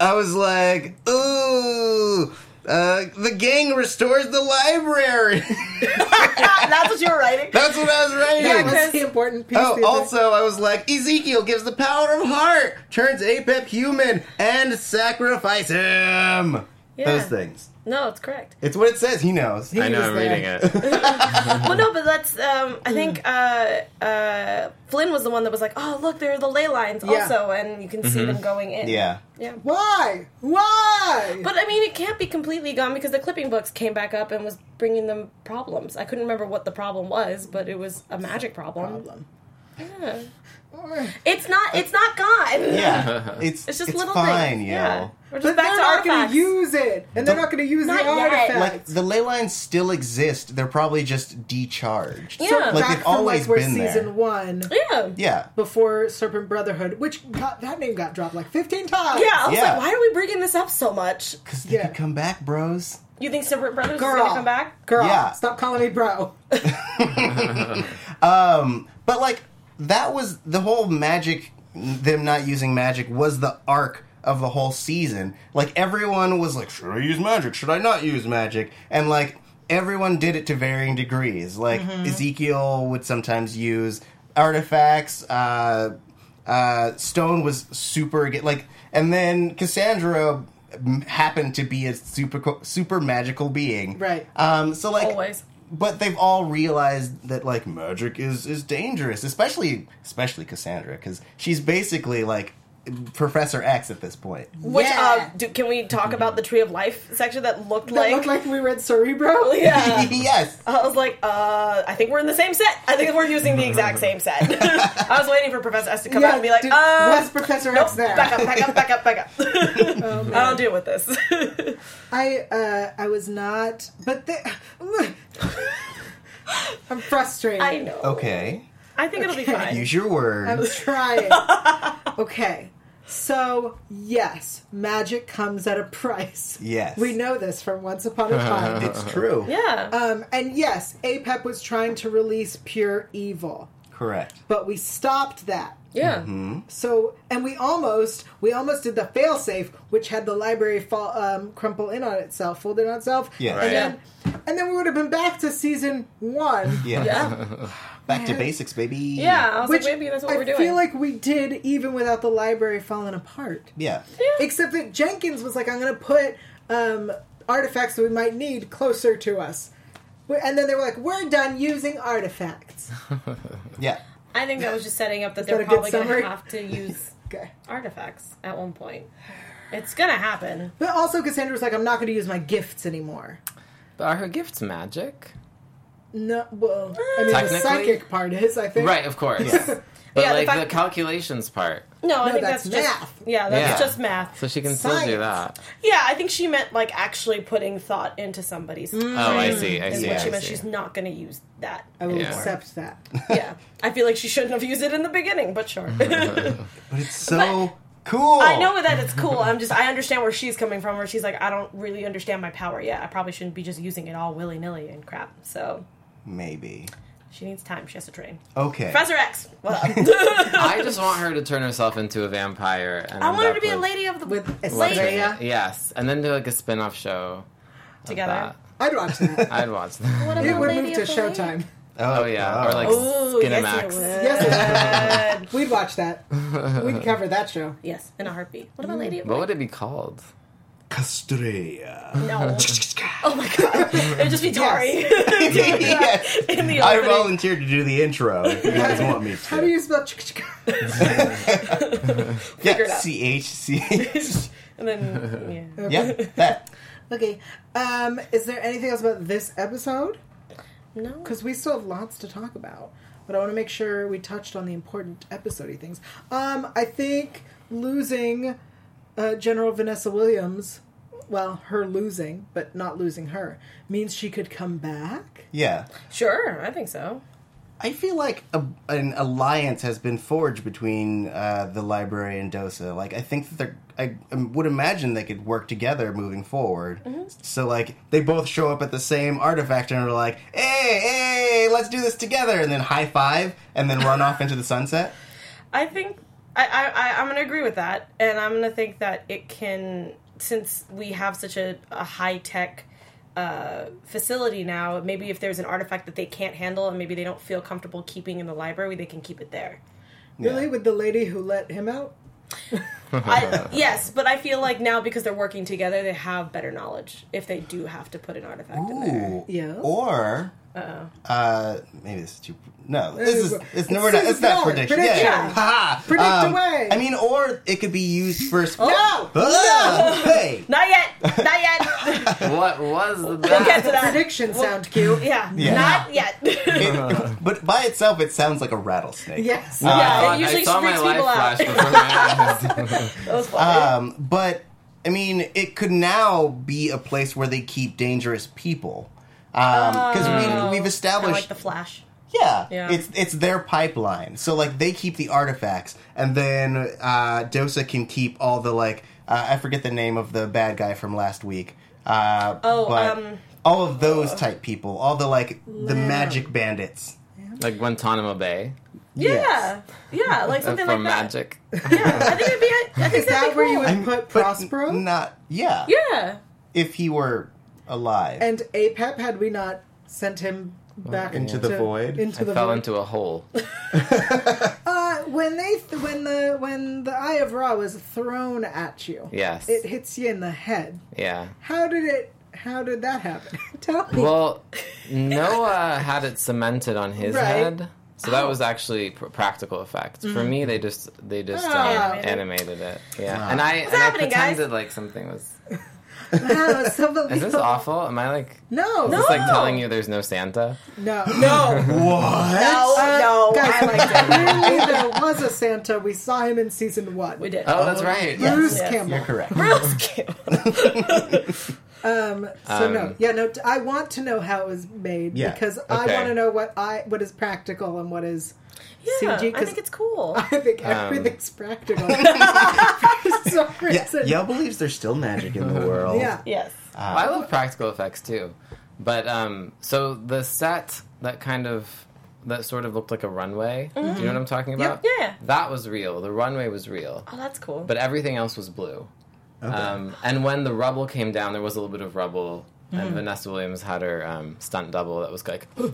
Speaker 4: I was like, ooh, uh, the gang restores the library.
Speaker 3: that's what you were writing.
Speaker 4: That's what I was writing.
Speaker 1: That was
Speaker 3: because-
Speaker 1: the important piece.
Speaker 4: Oh,
Speaker 1: the other-
Speaker 4: also, I was like, Ezekiel gives the power of heart, turns Apep human, and sacrifice him. Those things.
Speaker 3: No, it's correct.
Speaker 4: It's what it says. He knows.
Speaker 5: I know
Speaker 1: was
Speaker 5: I'm
Speaker 1: there.
Speaker 5: reading it.
Speaker 3: well, no, but that's. Um, I think
Speaker 1: Mm.
Speaker 3: uh, uh, Flynn was the one that was like, "Oh, look, there are the ley lines
Speaker 1: Yeah.
Speaker 3: also, and you can see them going in."
Speaker 4: yeah.
Speaker 3: yeah.
Speaker 1: why? Why?
Speaker 3: But I mean, it can't be completely gone because the clipping books came back up and was bringing them problems. I couldn't remember what the problem was, but it was a magic problem.
Speaker 1: Problem.
Speaker 3: Yeah. It's not. It's not gone.
Speaker 4: Yeah. It's,
Speaker 3: It's just little
Speaker 4: fine,
Speaker 3: things.
Speaker 4: yo.
Speaker 3: Yeah, we're
Speaker 1: But
Speaker 3: just back
Speaker 1: they're
Speaker 3: to
Speaker 1: not going
Speaker 3: artifacts.
Speaker 1: to use it, and they're not going to use
Speaker 3: Not
Speaker 1: the
Speaker 3: yet.
Speaker 1: artifacts.
Speaker 4: Like, the ley lines still exist. They're probably just decharged.
Speaker 3: Yeah.
Speaker 1: so
Speaker 3: Like,
Speaker 1: back
Speaker 4: they've
Speaker 1: from
Speaker 4: always
Speaker 1: like where
Speaker 4: been there.
Speaker 1: season one.
Speaker 3: yeah.
Speaker 4: Yeah.
Speaker 1: before Serpent Brotherhood, which got, that name got dropped like 15 times.
Speaker 3: Yeah, I was
Speaker 4: Yeah.
Speaker 3: like, why are we bringing this up so much?
Speaker 4: Because they
Speaker 1: Yeah.
Speaker 4: could come back, bros.
Speaker 3: You think Separate Brothers is
Speaker 1: Girl.
Speaker 3: gonna come back?
Speaker 1: Girl,
Speaker 4: Yeah.
Speaker 1: stop calling me bro.
Speaker 4: But like that was the whole magic. Them not using magic was the arc of the whole season. Like everyone was like, should I use magic? Should I not use magic? And like everyone did it to varying degrees. Like
Speaker 1: Mm-hmm.
Speaker 4: Ezekiel would sometimes use artifacts. Uh, uh, Stone was super ag- like, and then Cassandra m- happened to be a super co- super magical being,
Speaker 1: Right.
Speaker 4: Um, so like
Speaker 3: Always.
Speaker 4: but they've all realized that like magic is is dangerous, especially especially Cassandra because she's basically like Professor X at this point.
Speaker 3: Which
Speaker 1: Yeah.
Speaker 3: uh, do, can we talk about the Tree of Life section that looked
Speaker 1: That
Speaker 3: like?
Speaker 1: looked like we read Cerebro.
Speaker 3: yeah.
Speaker 4: yes,
Speaker 3: I was like, uh, I think we're in the same set. I think we're using the exact same set. I was waiting for Professor S to come out and be like,
Speaker 1: dude,
Speaker 3: uh,
Speaker 1: was Professor
Speaker 3: nope,
Speaker 1: X there?
Speaker 3: back up, back up, back up, back up. I don't deal with this.
Speaker 1: I uh, I was not, but they, I'm frustrated.
Speaker 3: I know.
Speaker 4: okay.
Speaker 3: I think it'll be fine.
Speaker 4: Use your word.
Speaker 1: I'm trying. okay. So, yes, magic comes at a price.
Speaker 4: Yes.
Speaker 1: We know this from Once Upon a Time.
Speaker 4: It's true.
Speaker 3: Yeah.
Speaker 1: Um, and yes, APEP was trying to release pure evil,
Speaker 4: Correct.
Speaker 1: but we stopped that.
Speaker 3: yeah.
Speaker 1: Mm-hmm. So, and we almost we almost did the failsafe, which had the library fall, um, crumple in on itself, fold in on itself.
Speaker 4: Yes.
Speaker 1: And,
Speaker 4: Right.
Speaker 1: then, and then we would have been back to season one.
Speaker 4: Yeah.
Speaker 3: Yeah.
Speaker 4: Back to basics, baby.
Speaker 3: Yeah. I was
Speaker 1: Which
Speaker 3: like, maybe that's what
Speaker 1: I
Speaker 3: we're doing.
Speaker 1: feel like we did even without the library falling apart.
Speaker 4: Yeah.
Speaker 1: Except that Jenkins was like, I'm going to put um, artifacts that we might need closer to us. And then they were like, we're done using artifacts.
Speaker 4: Yeah.
Speaker 3: I think that was just setting up that
Speaker 1: that
Speaker 3: they're
Speaker 1: a good
Speaker 3: probably going
Speaker 1: summary?
Speaker 3: to have to use
Speaker 1: Okay.
Speaker 3: artifacts at one point. It's going to happen.
Speaker 1: But also, Cassandra's like, I'm not going to use my gifts anymore.
Speaker 5: But are her gifts magic?
Speaker 1: No, well, I mean, the
Speaker 5: Technically?
Speaker 1: psychic part is, I think.
Speaker 5: Right, of course.
Speaker 4: Yeah.
Speaker 5: But
Speaker 3: Yeah, the
Speaker 5: like the,
Speaker 3: fact-
Speaker 5: calculations part.
Speaker 3: No, I
Speaker 1: No,
Speaker 3: think
Speaker 1: that's
Speaker 3: that's,
Speaker 1: math.
Speaker 3: just yeah, that's
Speaker 5: Yeah.
Speaker 3: just math.
Speaker 5: So she can still do that.
Speaker 3: yeah, I think she meant like actually putting thought into somebody's.
Speaker 1: Mm.
Speaker 5: Oh, I see. I
Speaker 3: Is
Speaker 5: see.
Speaker 3: what
Speaker 5: I
Speaker 3: she meant.
Speaker 5: see.
Speaker 3: She's not going to use that.
Speaker 1: I will
Speaker 5: Yeah.
Speaker 1: accept that.
Speaker 3: yeah, I feel like she shouldn't have used it in the beginning, but sure.
Speaker 5: Oh.
Speaker 4: But it's so cool.
Speaker 3: I know that it's cool. I'm just I understand where she's coming from. Where she's like, I don't really understand my power yet. I probably shouldn't be just using it all willy nilly and crap. So
Speaker 4: Maybe.
Speaker 3: she needs time. She has to train.
Speaker 4: Okay.
Speaker 3: Professor X, what up?
Speaker 5: I just want her to turn herself into a vampire. And
Speaker 3: I
Speaker 5: end
Speaker 3: want her
Speaker 5: up
Speaker 3: to be a
Speaker 5: with-
Speaker 3: lady of the
Speaker 1: With
Speaker 3: lady
Speaker 1: Estrella.
Speaker 5: Yes, and then do like a spin-off show. of
Speaker 3: together.
Speaker 5: that.
Speaker 1: I'd watch that.
Speaker 5: I'd watch that.
Speaker 3: What
Speaker 1: It
Speaker 3: about
Speaker 1: would
Speaker 3: Lady
Speaker 1: move to
Speaker 3: of the Lake?
Speaker 1: Showtime.
Speaker 5: Oh yeah, or like
Speaker 3: Ooh,
Speaker 5: Skinamax.
Speaker 1: Yes, it would. We'd watch that. We'd cover that show.
Speaker 3: Yes, in a heartbeat. What about Lady of the
Speaker 5: what
Speaker 3: Lake?
Speaker 5: would it be called?
Speaker 7: Castrea.
Speaker 3: No. oh my god. It would just be Dari
Speaker 4: yes.
Speaker 3: in the
Speaker 4: I
Speaker 3: opening.
Speaker 4: volunteered to do the intro if you guys want me
Speaker 1: How do
Speaker 4: to.
Speaker 1: you spell chicka
Speaker 3: it
Speaker 4: Yeah,
Speaker 3: out.
Speaker 4: C H C H.
Speaker 3: And then, yeah.
Speaker 4: Yeah, that.
Speaker 1: Okay. Um, is there anything else about this episode?
Speaker 3: No.
Speaker 1: Because we still have lots to talk about, but I want to make sure we touched on the important episodey things. Um, I think losing uh, General Vanessa Williams, well, her losing, but not losing her, means she could come back.
Speaker 4: Yeah.
Speaker 3: Sure, I think so.
Speaker 4: I feel like a, an alliance has been forged between uh, the library and DOSA. Like, I think that they're. I um, would imagine they could work together moving forward.
Speaker 3: Mm-hmm.
Speaker 4: So, like, they both show up at the same artifact and are like, hey, hey, let's do this together. And then high five and then run off into the sunset.
Speaker 3: I think I, I, I I'm gonna agree with that, and I'm gonna think that it can since we have such a, a high tech uh, facility now. Maybe if there's an artifact that they can't handle, and maybe they don't feel comfortable keeping in the library, they can keep it there.
Speaker 1: Really? With the lady who let him out?
Speaker 3: I, yes, but I feel like now because they're working together, they have better knowledge if they do have to put an artifact in there.
Speaker 4: Ooh.
Speaker 1: Yeah.
Speaker 4: Or. Uh, maybe this is too. No, this is it's no, we're
Speaker 1: This
Speaker 4: not,
Speaker 1: is
Speaker 4: it's not
Speaker 1: valid.
Speaker 4: prediction.
Speaker 1: Prediction.
Speaker 4: Yeah, Ha ha.
Speaker 1: Predict
Speaker 4: Um,
Speaker 1: away.
Speaker 4: I mean, or it could be used for. Sp-
Speaker 1: No!
Speaker 4: Ah, hey.
Speaker 3: Not yet. Not yet.
Speaker 5: What was the
Speaker 3: we'll get to that.
Speaker 1: Prediction sound cue.
Speaker 3: Yeah.
Speaker 4: Yeah.
Speaker 3: Not yet.
Speaker 4: It- but by itself, it sounds like a rattlesnake.
Speaker 1: Yes.
Speaker 3: Yeah, it
Speaker 5: thought-
Speaker 3: usually
Speaker 5: I saw my
Speaker 3: freaks
Speaker 5: life
Speaker 3: people out.
Speaker 5: flash before my eyes.
Speaker 3: that was funny.
Speaker 4: Um, but I mean, it could now be a place where they keep dangerous people because we, we've
Speaker 3: Kinda
Speaker 4: established,
Speaker 3: like the Flash.
Speaker 4: yeah,
Speaker 3: Yeah.
Speaker 4: it's it's their pipeline. So like they keep the artifacts, and then uh, Dosa can keep all the like uh, I forget the name of the bad guy from last week. Uh,
Speaker 3: Oh,
Speaker 4: but
Speaker 3: um,
Speaker 4: all of those type people, all the like the magic bandits.
Speaker 5: like Guantanamo Bay
Speaker 3: Yeah. Yeah, like
Speaker 5: uh,
Speaker 3: something
Speaker 5: from
Speaker 3: like that.
Speaker 5: Magic.
Speaker 3: Yeah, I think it'd be. I think
Speaker 1: Is that
Speaker 3: that'd be
Speaker 1: where you
Speaker 3: cool.
Speaker 1: would put Prospero?
Speaker 4: Not yeah.
Speaker 3: Yeah.
Speaker 4: If he were alive.
Speaker 1: And APEP, had we not sent him back
Speaker 4: Into the void?
Speaker 1: Into
Speaker 5: I
Speaker 1: the
Speaker 5: fell
Speaker 1: void.
Speaker 5: into a hole.
Speaker 1: Uh, when they th- when the when the eye of Ra was thrown at you,
Speaker 5: Yes.
Speaker 1: it hits you in the head.
Speaker 5: Yeah.
Speaker 1: How did it? How did that happen? Tell me.
Speaker 5: Well, Noah had it cemented on his
Speaker 1: Right.
Speaker 5: head, so
Speaker 3: Oh.
Speaker 5: that was actually pr- practical effect. For
Speaker 3: Mm-hmm.
Speaker 5: me, they just they just um,
Speaker 1: Animated.
Speaker 5: animated it. Yeah, and I and I
Speaker 3: Oh, happening, guys?
Speaker 5: pretended like something was.
Speaker 1: Wow, it's so
Speaker 5: Is this
Speaker 1: believable.
Speaker 5: awful? Am I like?
Speaker 1: No,
Speaker 5: It's like telling you there's no Santa.
Speaker 1: no,
Speaker 3: No.
Speaker 4: What?
Speaker 3: no.
Speaker 1: Guys,
Speaker 3: I liked it.
Speaker 1: clearly there was a Santa. We saw him in season one.
Speaker 3: We did.
Speaker 5: Oh, that's right.
Speaker 1: Bruce
Speaker 3: Yes.
Speaker 1: Campbell.
Speaker 4: You're correct.
Speaker 3: Real scale.
Speaker 1: So no,
Speaker 3: Um,
Speaker 1: yeah, no. t- I want to know how it was made
Speaker 4: Yeah,
Speaker 1: because I
Speaker 5: okay.
Speaker 1: want to know what I what is practical and what is
Speaker 3: Yeah,
Speaker 1: CG,
Speaker 3: I
Speaker 1: 'cause-
Speaker 3: think it's Um, cool.
Speaker 1: I think everything's practical. For some
Speaker 4: Yeah,
Speaker 1: reason.
Speaker 4: Yale believes there's still magic in the world.
Speaker 1: Yeah.
Speaker 3: yes.
Speaker 5: Well, I love practical effects too, but um, so the set that kind of that sort of looked like a runway. Do you know what I'm talking about?
Speaker 3: Yeah.
Speaker 5: That was real. The runway was real,
Speaker 3: Oh, that's cool.
Speaker 5: but everything else was blue. Um, and when the rubble came down, there was a little bit of rubble. And Vanessa Williams had her um, stunt double that was like, "Oh,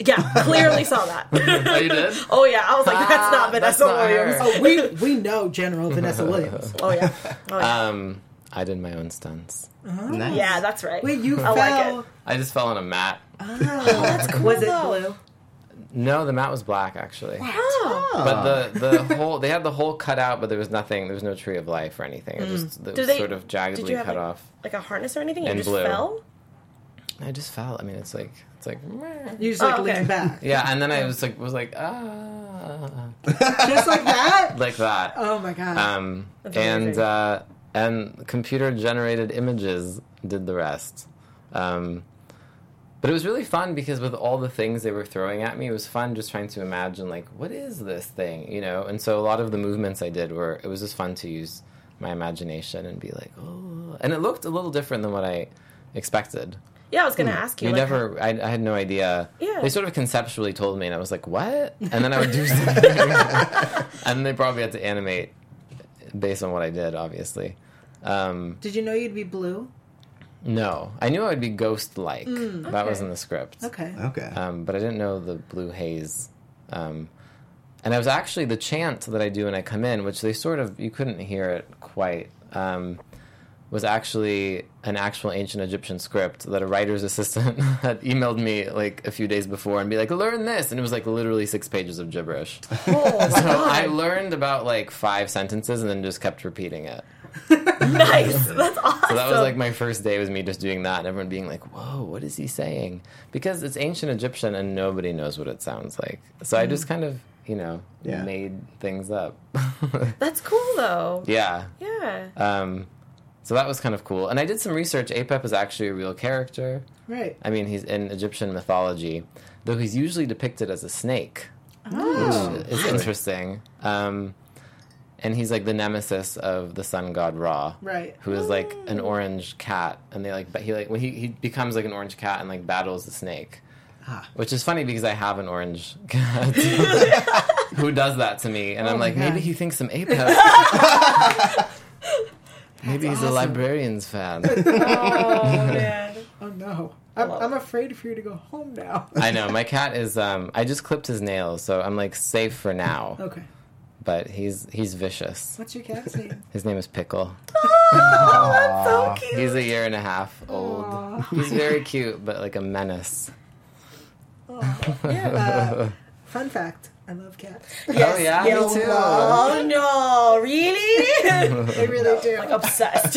Speaker 3: yeah, clearly saw that.
Speaker 5: you did?
Speaker 3: oh yeah, I was like, that's
Speaker 5: Ah,
Speaker 3: not
Speaker 5: that's
Speaker 3: Vanessa
Speaker 5: not her.
Speaker 1: Oh,
Speaker 3: Williams.
Speaker 1: we we know General Vanessa Williams.
Speaker 3: Oh yeah. Oh, yeah.
Speaker 5: Um, I did my own stunts.
Speaker 4: Nice.
Speaker 3: yeah, that's right.
Speaker 1: Wait, you
Speaker 3: I
Speaker 1: fell.
Speaker 3: like it.
Speaker 5: I just fell on a mat.
Speaker 3: That's cool.
Speaker 1: Was it
Speaker 3: though.
Speaker 1: blue?
Speaker 5: No, the mat was black actually.
Speaker 3: Oh.
Speaker 5: But the the whole they had the whole cut out, but there was nothing. There was no tree of life or anything. It just it
Speaker 3: Did
Speaker 5: was
Speaker 3: Hmm. they-
Speaker 5: sort of
Speaker 3: did
Speaker 5: jaggedly
Speaker 3: you have,
Speaker 5: cut
Speaker 3: like-
Speaker 5: off.
Speaker 3: Like a harness or anything?
Speaker 5: And
Speaker 3: you just
Speaker 5: blue.
Speaker 3: fell?
Speaker 5: I just fell. I mean, it's like it's like meh.
Speaker 1: You just like
Speaker 3: Oh, okay.
Speaker 1: lean back,
Speaker 5: yeah, and then I was like was like ah
Speaker 1: just like that.
Speaker 5: like that.
Speaker 1: Oh my god!
Speaker 3: uh,
Speaker 5: Um,
Speaker 3: That's
Speaker 5: and
Speaker 3: amazing.
Speaker 5: uh, and computer generated images did the rest. Um, but it was really fun because with all the things they were throwing at me, it was fun just trying to imagine like what is this thing, you know? And so a lot of the movements I did were it was just fun to use my imagination and be like, oh, and it looked a little different than what I expected.
Speaker 3: Yeah, I was gonna ask you.
Speaker 5: Hmm. You
Speaker 3: like,
Speaker 5: never, I, I had no idea.
Speaker 3: Yeah.
Speaker 5: They sort of conceptually told me, and I was like, what? And then I would do something. and they probably had to animate based on what I did, obviously. Um,
Speaker 1: Did you know you'd be blue?
Speaker 5: no, I knew I would be ghost like.
Speaker 3: Mm,
Speaker 5: That was in the script.
Speaker 1: Okay.
Speaker 3: Uh-huh.
Speaker 4: Okay.
Speaker 5: Um, but I didn't know the blue haze. Um, and I was actually the chant that I do when I come in, which they sort of, you couldn't hear it quite. Um, was actually an actual ancient Egyptian script that a writer's assistant had emailed me like a few days before and be like, learn this. And it was like literally six pages of gibberish.
Speaker 3: Oh,
Speaker 5: So I learned about like five sentences and then just kept repeating it.
Speaker 3: nice. That's awesome.
Speaker 5: So that was like my first day was me just doing that and everyone being like, whoa, what is he saying? Because it's ancient Egyptian and nobody knows what it sounds like. So I just kind of, you know,
Speaker 4: Yeah.
Speaker 5: made things up.
Speaker 3: That's cool though.
Speaker 5: yeah.
Speaker 3: Yeah.
Speaker 5: Um, so that was kind of cool. And I did some research. Apep is actually a real character.
Speaker 1: Right.
Speaker 5: I mean, he's in Egyptian mythology, though he's usually depicted as a snake, which is interesting. Um, and he's like the nemesis of the sun god Ra,
Speaker 1: Right.
Speaker 5: Who is like an orange cat, and they like, but he like well, he he becomes like an orange cat and like battles the snake, which is funny because I have an orange cat who does that to me, and I'm like,
Speaker 1: God.
Speaker 5: maybe he thinks I'm ape. Maybe he's a librarian's fan.
Speaker 3: Oh man.
Speaker 1: Oh no! I'm,
Speaker 3: Hello.
Speaker 1: I'm afraid for you to go home now.
Speaker 5: I know my cat is. Um, I just clipped his nails, so I'm like safe for now.
Speaker 1: Okay.
Speaker 5: But he's he's vicious.
Speaker 1: What's your cat's name? Ah.
Speaker 5: His name is Pickle.
Speaker 3: So cute.
Speaker 5: He's a year and a half old. He's very cute, but like a menace.
Speaker 1: Uh, fun fact: I love cats.
Speaker 5: oh yeah,
Speaker 1: yes,
Speaker 5: me too.
Speaker 3: Oh no, really?
Speaker 1: They really do.
Speaker 3: like obsessed.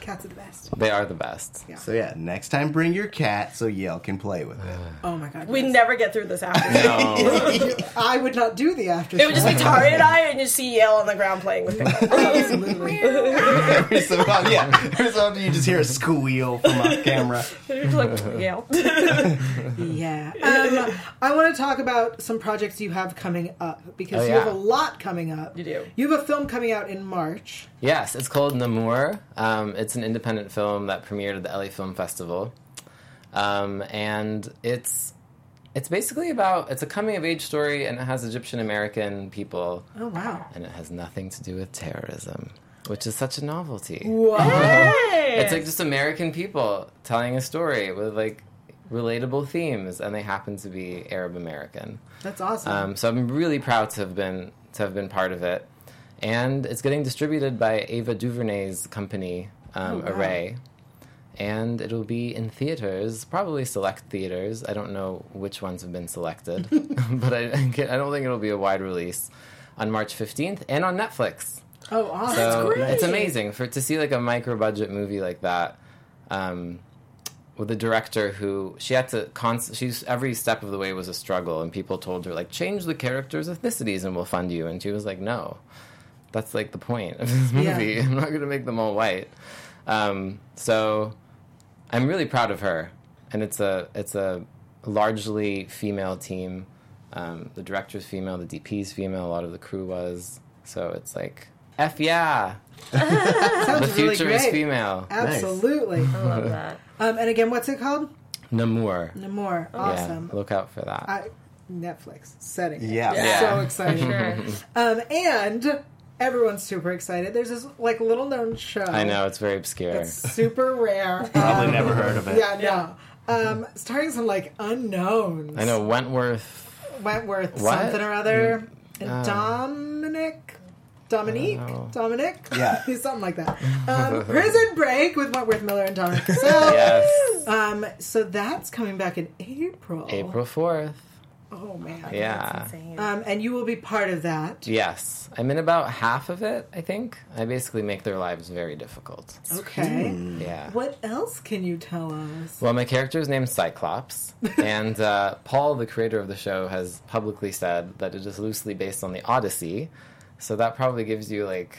Speaker 1: Cats are the best.
Speaker 5: They are the best.
Speaker 4: So yeah, next time bring your cat so Yale can play with it.
Speaker 1: Oh my god!
Speaker 3: we
Speaker 1: yes.
Speaker 3: never get through this after.
Speaker 5: No.
Speaker 1: I would not do the after.
Speaker 3: It would just be Tari and I, and you see Yale on the ground playing with it.
Speaker 4: every so often, yeah, every so often you just hear a squeal from off camera.
Speaker 3: You're just like Yale.
Speaker 1: Yeah. Um, I want to talk about some projects you have coming up because
Speaker 5: Oh,
Speaker 1: you have a
Speaker 5: yeah.
Speaker 1: lot coming up.
Speaker 3: You do.
Speaker 1: You have a film coming out in March.
Speaker 5: Yes, it's called Namur. Um, it's an independent film that premiered at the LA Film Festival, um, and it's it's basically about it's a coming of age story, and it has Egyptian American people.
Speaker 1: Oh wow!
Speaker 5: and it has nothing to do with terrorism, which is such a novelty.
Speaker 1: What?
Speaker 5: It's like just American people telling a story with like relatable themes, and they happen to be Arab American.
Speaker 1: That's awesome.
Speaker 5: Um, so I'm really proud to have been to have been part of it, and it's getting distributed by Ava DuVernay's company um,
Speaker 1: Oh, wow.
Speaker 5: Array, and it'll be in theaters, probably select theaters. I don't know which ones have been selected, but I, I get- I don't think it'll be a wide release on March 15th and on Netflix.
Speaker 1: oh, awesome!
Speaker 5: So
Speaker 3: great.
Speaker 5: it's amazing for to see like a micro budget movie like that. Um, with a director who she had to const- she's every step of the way was a struggle and people told her like change the characters ethnicities and we'll fund you and she was like no that's like the point of this
Speaker 1: Yeah.
Speaker 5: movie i'm not going to make them all white um, so i'm really proud of her and it's a it's a largely female team Um, the director's female, the DP's female, a lot of the crew was. So it's like, F yeah! the
Speaker 1: Sounds really
Speaker 5: future is
Speaker 1: great.
Speaker 5: female.
Speaker 1: Absolutely.
Speaker 3: I love that.
Speaker 1: Um, and again, what's it called?
Speaker 5: Namur.
Speaker 1: Namor. Awesome.
Speaker 5: Yeah, look out for that.
Speaker 1: I, Netflix setting. it.
Speaker 4: Yeah.
Speaker 5: Yeah.
Speaker 1: So excited.
Speaker 3: Sure.
Speaker 1: Um, and everyone's super excited. There's this like little known show.
Speaker 5: I know, it's very obscure.
Speaker 1: It's super rare.
Speaker 4: Probably
Speaker 1: Um,
Speaker 4: never heard of it.
Speaker 1: Yeah, no. Um, starting some like unknowns.
Speaker 5: I know, Wentworth.
Speaker 1: Wentworth
Speaker 5: What?
Speaker 1: something or other. And
Speaker 5: uh,
Speaker 1: Dominic. Dominique?
Speaker 5: know.
Speaker 1: Dominic?
Speaker 4: Yeah.
Speaker 1: something like that. Um, Prison Break with Wentworth Miller and Dominic Cassell.
Speaker 5: Yes.
Speaker 1: Um, so that's coming back in April.
Speaker 5: April 4th.
Speaker 1: Oh, man.
Speaker 5: Yeah.
Speaker 3: Insane.
Speaker 1: Um, and you will be part of that.
Speaker 5: Yes. I'm in about half of it, I think. I basically make their lives very difficult.
Speaker 1: Okay.
Speaker 5: Yeah.
Speaker 1: Oh, What else can you tell us?
Speaker 5: Well, my character is named Cyclops, and uh, Paul, the creator of the show, has publicly said that it is loosely based on the Odyssey. So that probably gives you like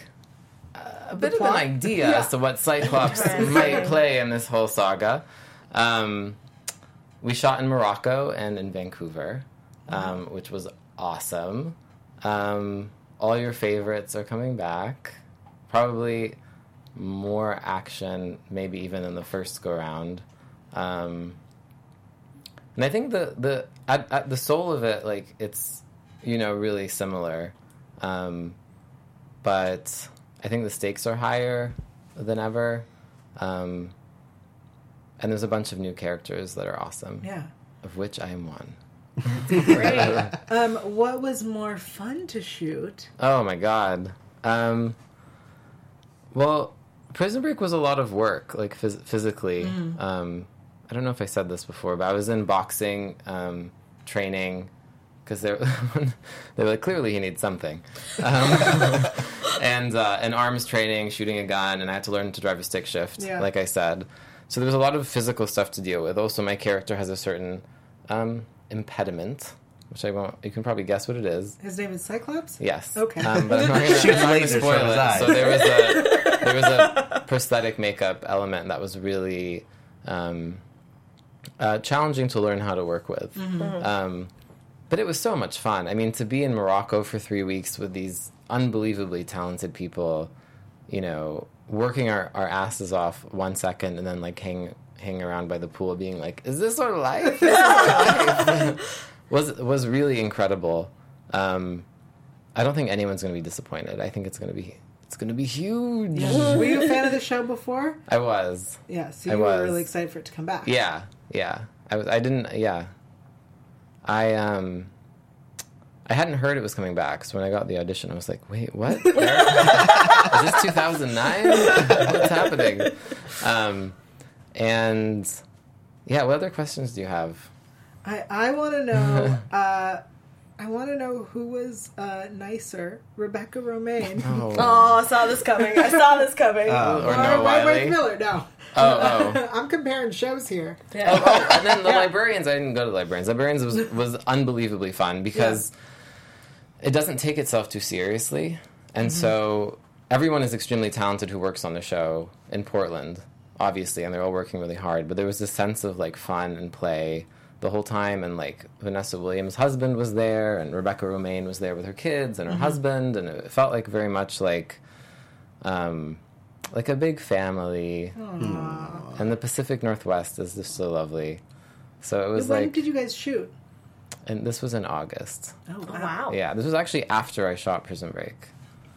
Speaker 5: a bit of an
Speaker 1: plot?
Speaker 5: idea as to what Cyclops
Speaker 3: Right.
Speaker 5: might play in this whole saga. Um, we shot in Morocco and in Vancouver, um, which was awesome. Um, all your favorites are coming back. Probably more action, maybe even in the first go round. Um, and I think the the at, at the soul of it, like it's you know really similar, um, but I think the stakes are higher than ever, um, and there's a bunch of new characters that are awesome,
Speaker 1: Yeah.
Speaker 5: of which I am one.
Speaker 3: Great.
Speaker 1: Um, what was more fun to shoot?
Speaker 5: Oh my god. Um, well, Prison Break was a lot of work, like phys- physically. Um, I don't know if I said this before, but I was in boxing um, training because they they were like, clearly he needs something, um, and uh, and arms training, shooting a gun, and I had to learn to drive a stick shift,
Speaker 1: Yeah.
Speaker 5: like I said. So there was a lot of physical stuff to deal with. Also, my character has a certain um, impediment, which I won't. You can probably guess what it is.
Speaker 1: His name is Cyclops?
Speaker 5: Yes.
Speaker 1: Okay.
Speaker 5: Um, but I'm not going
Speaker 4: Shoots
Speaker 5: to
Speaker 4: lasers
Speaker 5: spoil
Speaker 4: from his
Speaker 5: it.
Speaker 4: eyes.
Speaker 5: So there was a there was a prosthetic makeup element that was really um, uh, challenging to learn how to work with. Um, but it was so much fun. I mean, to be in Morocco for three weeks with these unbelievably talented people, you know, working our, our asses off one second and then like hang hang around by the pool, being like, "Is this our life?" This is our life." was was really incredible. Um, I don't think anyone's going to be disappointed. I think it's going to be it's going to be huge.
Speaker 1: Were you a fan of the show before?
Speaker 5: I was.
Speaker 1: Yeah, so
Speaker 5: I
Speaker 1: you were
Speaker 5: was.
Speaker 1: really excited for it to come back.
Speaker 5: Yeah, yeah. I was. I didn't. Yeah. I um. I hadn't heard it was coming back, so when I got the audition, I was like, "Wait, what? Is this 2009? What's happening?" Um, and yeah, what other questions do you have?
Speaker 1: I, I want to know. Uh, I want to know who was uh, nicer, Rebecca Romaine
Speaker 3: Oh, I saw this coming. I saw this coming.
Speaker 5: or
Speaker 1: or
Speaker 5: Noah
Speaker 1: Wentworth
Speaker 5: Wiley?
Speaker 1: Miller. No,
Speaker 5: Oh, oh.
Speaker 1: I'm comparing shows here.
Speaker 5: Oh, oh, and then the librarians. I didn't go to the librarians. Librarians was was unbelievably fun because it doesn't take itself too seriously, and
Speaker 1: Mm-hmm.
Speaker 5: so everyone is extremely talented who works on the show in Portland, obviously, and they're all working really hard. But there was this sense of like fun and play the whole time, and like Vanessa Williams' husband was there, and Rebecca Romaine was there with her kids and her
Speaker 1: Mm-hmm.
Speaker 5: husband, and it felt like very much like. Um, like a big family, and the Pacific Northwest is just so lovely. So it was
Speaker 1: when
Speaker 5: like,
Speaker 1: did you guys shoot?
Speaker 5: and this was in August.
Speaker 1: Oh
Speaker 3: wow.
Speaker 5: Yeah, this was actually after I shot Prison Break.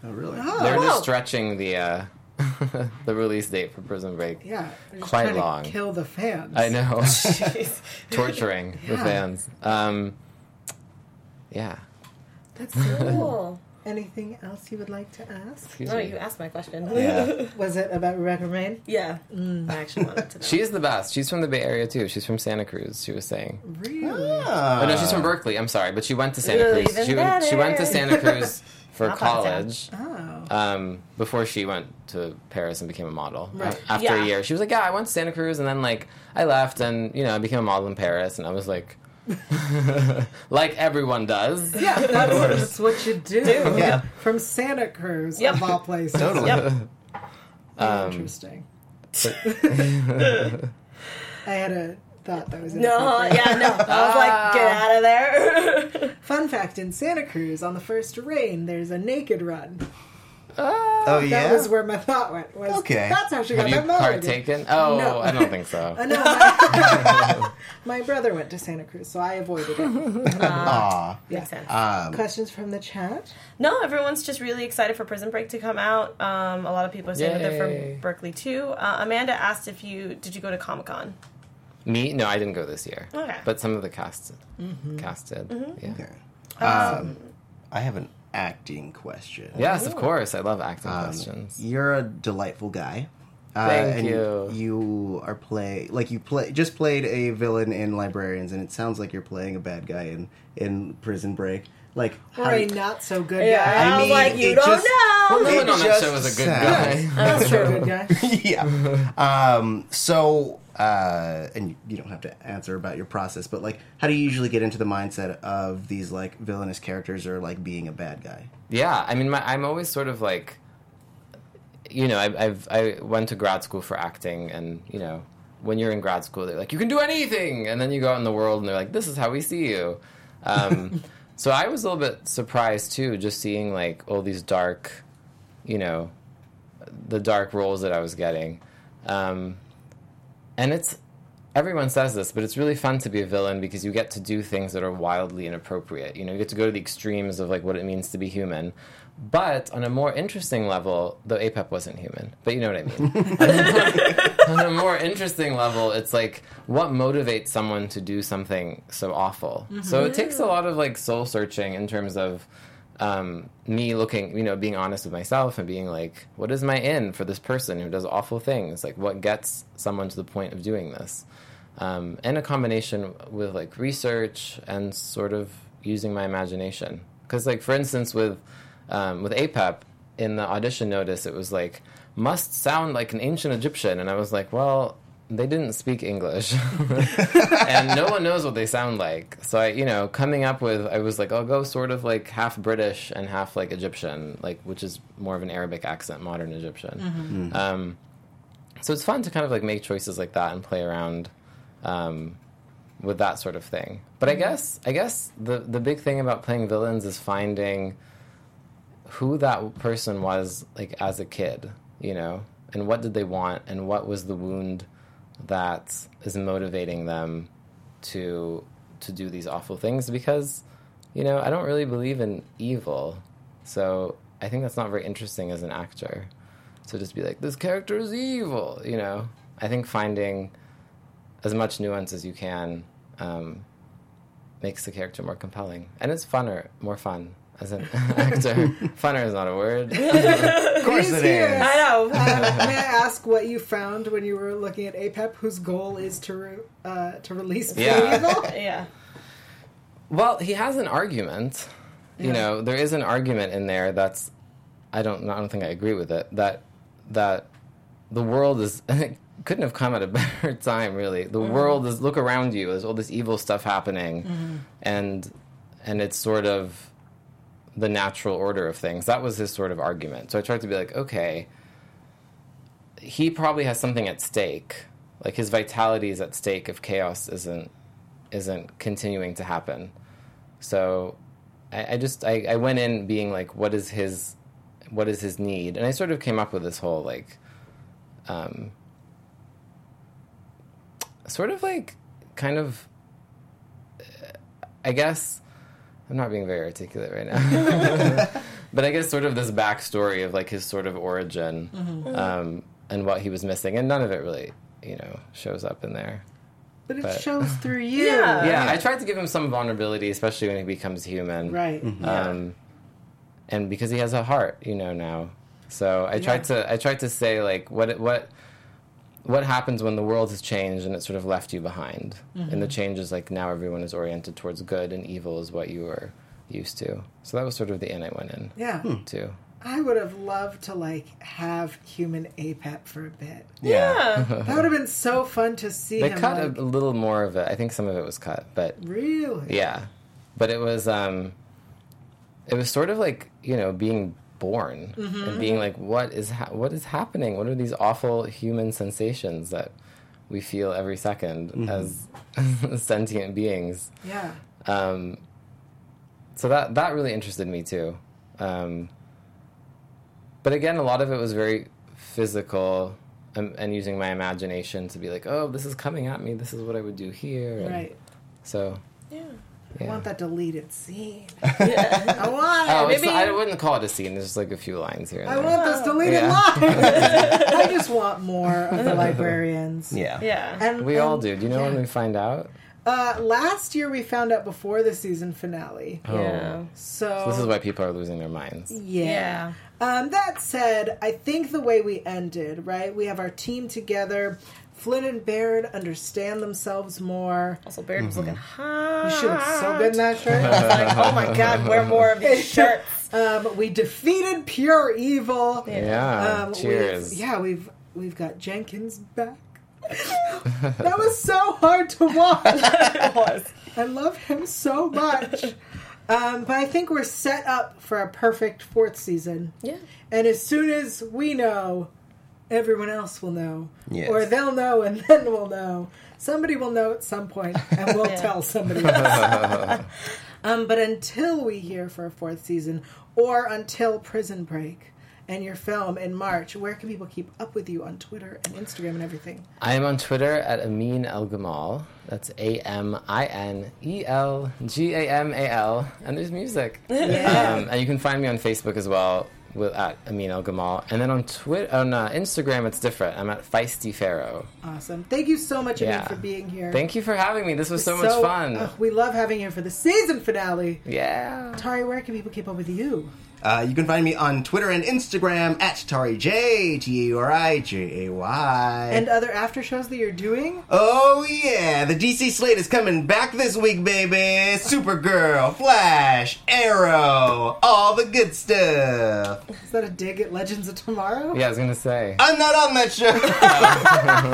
Speaker 4: Oh, really?
Speaker 5: They were
Speaker 1: Oh,
Speaker 5: just stretching the uh, the release date for Prison Break.
Speaker 1: yeah. They're just
Speaker 5: quite
Speaker 1: trying to
Speaker 5: long.
Speaker 1: kill the fans.
Speaker 5: I know, torturing the
Speaker 1: Yeah.
Speaker 5: fans. Um, yeah,
Speaker 1: That's cool.
Speaker 3: Cool.
Speaker 1: Anything else you would like to ask?
Speaker 5: excuse
Speaker 3: No,
Speaker 5: me.
Speaker 3: Oh, you asked my question.
Speaker 4: Yeah.
Speaker 1: Was it about Rebecca Romaine?
Speaker 3: Yeah. Mm, I actually wanted to know.
Speaker 5: She is the best. She's from the Bay Area too. She's from Santa Cruz. She was saying.
Speaker 1: Really?
Speaker 5: Oh no, she's from Berkeley. I'm sorry, but she went to Santa
Speaker 3: Ooh,
Speaker 5: Cruz.
Speaker 3: even
Speaker 5: She went, she went to
Speaker 3: better.
Speaker 5: Santa Cruz for
Speaker 3: Not bad town.
Speaker 5: college.
Speaker 1: Oh.
Speaker 5: um, before she went to Paris and became a model.
Speaker 1: Right.
Speaker 5: After
Speaker 3: Yeah.
Speaker 5: a year, she was like, "Yeah, I went to Santa Cruz, and then like I left, and you know, I became a model in Paris." And I was like, like everyone does.
Speaker 1: Yeah, that's, that's what you do.
Speaker 4: Yeah.
Speaker 1: From Santa Cruz,
Speaker 3: Yep.
Speaker 1: of all places.
Speaker 4: Totally.
Speaker 3: Yep.
Speaker 5: Um,
Speaker 1: Interesting. I had a thought that was
Speaker 3: No,
Speaker 1: inappropriate.
Speaker 3: yeah, no. I was like, get
Speaker 5: Ah.
Speaker 3: out of there.
Speaker 1: Fun fact: In Santa Cruz, on the first rain, there's a naked run.
Speaker 4: Oh
Speaker 1: That
Speaker 4: yeah.
Speaker 1: was where my thought went. Was,
Speaker 4: Okay.
Speaker 1: That's how she got
Speaker 5: Have you
Speaker 1: that melody.
Speaker 5: partaken? Oh,
Speaker 1: No.
Speaker 5: I don't think so.
Speaker 1: Uh, no, my, my brother went to Santa Cruz, so I avoided it.
Speaker 4: Aw.
Speaker 1: Yeah.
Speaker 3: Makes sense.
Speaker 5: Um,
Speaker 1: Questions from the chat?
Speaker 3: No, everyone's just really excited for Prison Break to come out. Um, a lot of people are saying that they're
Speaker 5: Yay.
Speaker 3: from Berkeley too. Uh, Amanda asked if you did you go to Comic Con.
Speaker 5: Me? No, I didn't go this year.
Speaker 1: Oh,
Speaker 3: Okay.
Speaker 5: But some of the cast,
Speaker 1: Mm-hmm.
Speaker 5: cast did. Yeah.
Speaker 4: Um, I have an acting question.
Speaker 5: Yes, of course. I love acting questions.
Speaker 4: You're a delightful guy. Uh,
Speaker 5: Thank
Speaker 4: and
Speaker 5: you.
Speaker 4: You are play like you play just played a villain in Librarians, and it sounds like you're playing a bad guy in in Prison Break. Like
Speaker 1: Or
Speaker 4: how-
Speaker 1: a not so good
Speaker 3: Yeah. I was like, you
Speaker 4: it
Speaker 3: don't know. Well,
Speaker 5: no
Speaker 4: it
Speaker 5: one on that
Speaker 4: just
Speaker 5: show was a good
Speaker 4: sounds-
Speaker 5: guy.
Speaker 1: guy. Not so good guy.
Speaker 4: yeah. Um, so, uh, and you- you don't have to answer about your process, but like, how do you usually get into the mindset of these like villainous characters or like being a bad guy?
Speaker 5: Yeah, I mean, my, I'm always sort of like, you know, I, I've I went to grad school for acting, and you know, when you're in grad school, they're like, you can do anything, and then you go out in the world, and they're like, this is how we see you. Um, so I was a little bit surprised too, just seeing like all these dark, you know, the dark roles that I was getting, um, and it's. Everyone says this, but it's really fun to be a villain because you get to do things that are wildly inappropriate. You know, you get to go to the extremes of like what it means to be human. But on a more interesting level, though APEP wasn't human, but you know what I mean. on a more interesting level, it's like what motivates someone to do something so awful. So it takes a lot of like soul searching in terms of um, me looking, you know, being honest with myself and being like, what is my in for this person who does awful things? Like, what gets someone to the point of doing this? Um, and a combination with like research and sort of using my imagination. Because, like, for instance, with um, with APEP in the audition notice, it was like must sound like an ancient Egyptian, and I was like, well, they didn't speak English, and no one knows what they sound like. So I, you know, coming up with, I was like, I'll go sort of like half British and half like Egyptian, like which is more of an Arabic accent, modern Egyptian. Um, so it's fun to kind of like make choices like that and play around um, with that sort of thing. But I guess I guess the the big thing about playing villains is finding who that person was like as a kid, you know, and what did they want, and what was the wound that is motivating them to to do these awful things because you know I don't really believe in evil, so I think that's not very interesting as an actor. So just be like, this character is evil, you know. I think finding as much nuance as you can um, makes the character more compelling, and it's funner, more fun as an actor. funner is not a word.
Speaker 4: Of course
Speaker 1: He's
Speaker 4: it
Speaker 1: here.
Speaker 4: is.
Speaker 3: I know.
Speaker 1: Uh, may I ask what you found when you were looking at APEP, whose goal is to re- uh, to release free
Speaker 5: Yeah.
Speaker 1: evil?
Speaker 3: yeah.
Speaker 5: Well, he has an argument. You know, there is an argument in there that's I don't I don't think I agree with it. That that the world is it couldn't have come at a better time really. The world is look around you, there's all this evil stuff happening and and it's sort of the natural order of things. That was his sort of argument. So I tried to be like, okay, he probably has something at stake. Like his vitality is at stake if chaos isn't isn't continuing to happen. So I, I just I, I went in being like, what is his what is his need? And I sort of came up with this whole like um sort of like kind of uh, I guess I'm not being very articulate right now. but I guess sort of this backstory of like his sort of origin um, and what he was missing and none of it really, you know, shows up in there.
Speaker 1: But it
Speaker 5: But-
Speaker 1: shows through you.
Speaker 3: Yeah.
Speaker 5: Yeah, I tried to give him some vulnerability, especially when he becomes human.
Speaker 1: Right.
Speaker 5: Um, And because he has a heart, you know now. So I tried to I tried to say like what what what happens when the world has changed and it sort of left you behind, and the change is like now everyone is oriented towards good and evil is what you were used to. So that was sort of the end I went in
Speaker 1: Yeah.
Speaker 5: to.
Speaker 1: I would have loved to like have human APEP for a bit.
Speaker 4: Yeah.
Speaker 3: Yeah.
Speaker 1: That would have been so fun to see
Speaker 5: Uh-huh. They
Speaker 1: him.
Speaker 5: cut
Speaker 1: like,
Speaker 5: a little more of it. I think some of it was cut, but
Speaker 1: really?
Speaker 5: Yeah. But it was um it was sort of like, you know, being born and being like what is ha- what is happening? What are these awful human sensations that we feel every 2nd as sentient beings.
Speaker 1: Yeah.
Speaker 5: Um, so that that really interested me too. Um, but again, a lot of it was very physical um, and using my imagination to be like, oh, this is coming at me. This is what I would do here. and
Speaker 1: Right.
Speaker 5: So.
Speaker 3: Yeah.
Speaker 1: I
Speaker 5: Yeah.
Speaker 1: want that deleted scene. I want it.
Speaker 5: Oh, it's
Speaker 3: Maybe-
Speaker 5: I wouldn't call it a scene. There's just like a few lines here. And
Speaker 1: I
Speaker 5: there.
Speaker 1: want those deleted
Speaker 5: Yeah.
Speaker 1: lines. I just want more of the librarians.
Speaker 4: Yeah.
Speaker 3: Yeah.
Speaker 1: And,
Speaker 5: we
Speaker 1: and,
Speaker 5: all do. Do you know when
Speaker 1: yeah.
Speaker 5: we find out?
Speaker 1: Uh, last year we found out before the season finale.
Speaker 3: Yeah.
Speaker 1: So,
Speaker 5: This is why people are losing their minds.
Speaker 1: Oh. yeah.
Speaker 3: Yeah.
Speaker 1: Um, that said, I think the way we ended, right? We have our team together. Flynn and Baird understand themselves more.
Speaker 3: Also, Baird was looking hot.
Speaker 1: You she looks so good in that shirt.
Speaker 3: Like, oh my god, wear more of these shirts.
Speaker 1: um, we defeated pure evil.
Speaker 5: Yeah.
Speaker 3: Oh,
Speaker 1: Um,
Speaker 5: Cheers.
Speaker 1: We've, yeah, we've we've got Jenkins back. that was so hard to watch.
Speaker 3: It was.
Speaker 1: I love him so much. Um, but I think we're set up for a perfect fourth season.
Speaker 3: Yeah.
Speaker 1: And as soon as we know, everyone else will know.
Speaker 4: Yes.
Speaker 1: Or they'll know and then we'll know. Somebody will know at some point and we'll
Speaker 3: Yeah.
Speaker 1: tell somebody else. um, but until we hear for a fourth season or until Prison Break and your film in March, where can people keep up with you on Twitter and Instagram and everything?
Speaker 5: I am on Twitter at Amin El Gamal. That's A M I N E L G A M A L. And there's music. Um, and you can find me on Facebook as well with, at Amin El Gamal. And then on Twitter, on uh, Instagram, it's different. I'm at Feisty Pharaoh.
Speaker 1: Awesome. Thank you so much, Amin,
Speaker 5: Yeah.
Speaker 1: for being here.
Speaker 5: Thank you for having me. This was so, much fun.
Speaker 1: ugh, we love having you for the season finale.
Speaker 5: yeah.
Speaker 1: Tari, where can people keep up with you?
Speaker 4: Uh, you can find me on Twitter and Instagram at Tari J T A U R I J A Y.
Speaker 1: And other after shows that you're doing?
Speaker 4: Oh yeah, the DC slate is coming back this week, baby. Supergirl, Flash, Arrow, all the good stuff.
Speaker 1: Is that a dig at Legends of Tomorrow?
Speaker 5: Yeah, I was going to say.
Speaker 4: I'm not on that show,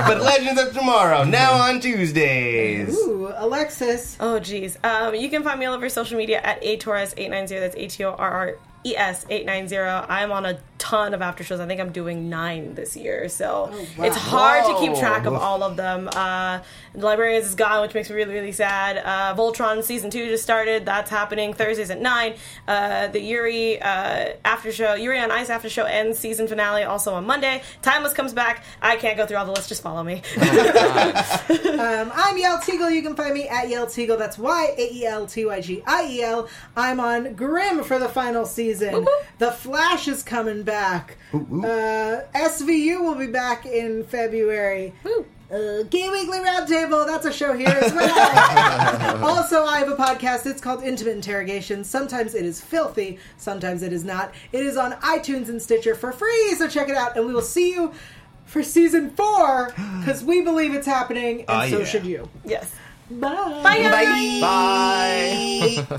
Speaker 4: but Legends of Tomorrow now on Tuesdays.
Speaker 1: Ooh, Alexis.
Speaker 3: Oh, geez. Um, you can find me all over social media at atorres890. That's A T O R R E S 890. I'm on a ton of after shows. I think I'm doing nine this year. So
Speaker 1: wow.
Speaker 3: it's hard to keep
Speaker 5: Whoa.
Speaker 3: track of all of them. Uh, Librarians is gone, which makes me really, really sad. Uh, Voltron season two just started. That's happening Thursdays at 9. Uh, the Yuri uh, after show, Yuri on Ice after show ends season finale also on Monday. Timeless comes back. I can't go through all the lists. Just follow me.
Speaker 1: Um, I'm Yael Teagle. You can find me at Yael Teagle. That's Y A E L T Y G I E L. I'm on Grimm for the final season. The Flash is coming back. Uh, SVU will be back in February. Uh, Gay Weekly Roundtable, that's a show here as well. also, I have a podcast. It's called Intimate Interrogation. Sometimes it is filthy, sometimes it is not. It is on iTunes and Stitcher for free, so check it out, and we will see you for season four because we believe it's happening, and
Speaker 4: Ah,
Speaker 1: so
Speaker 4: yeah.
Speaker 1: should you.
Speaker 3: yes.
Speaker 1: Bye.
Speaker 3: Bye, guys.
Speaker 4: Bye.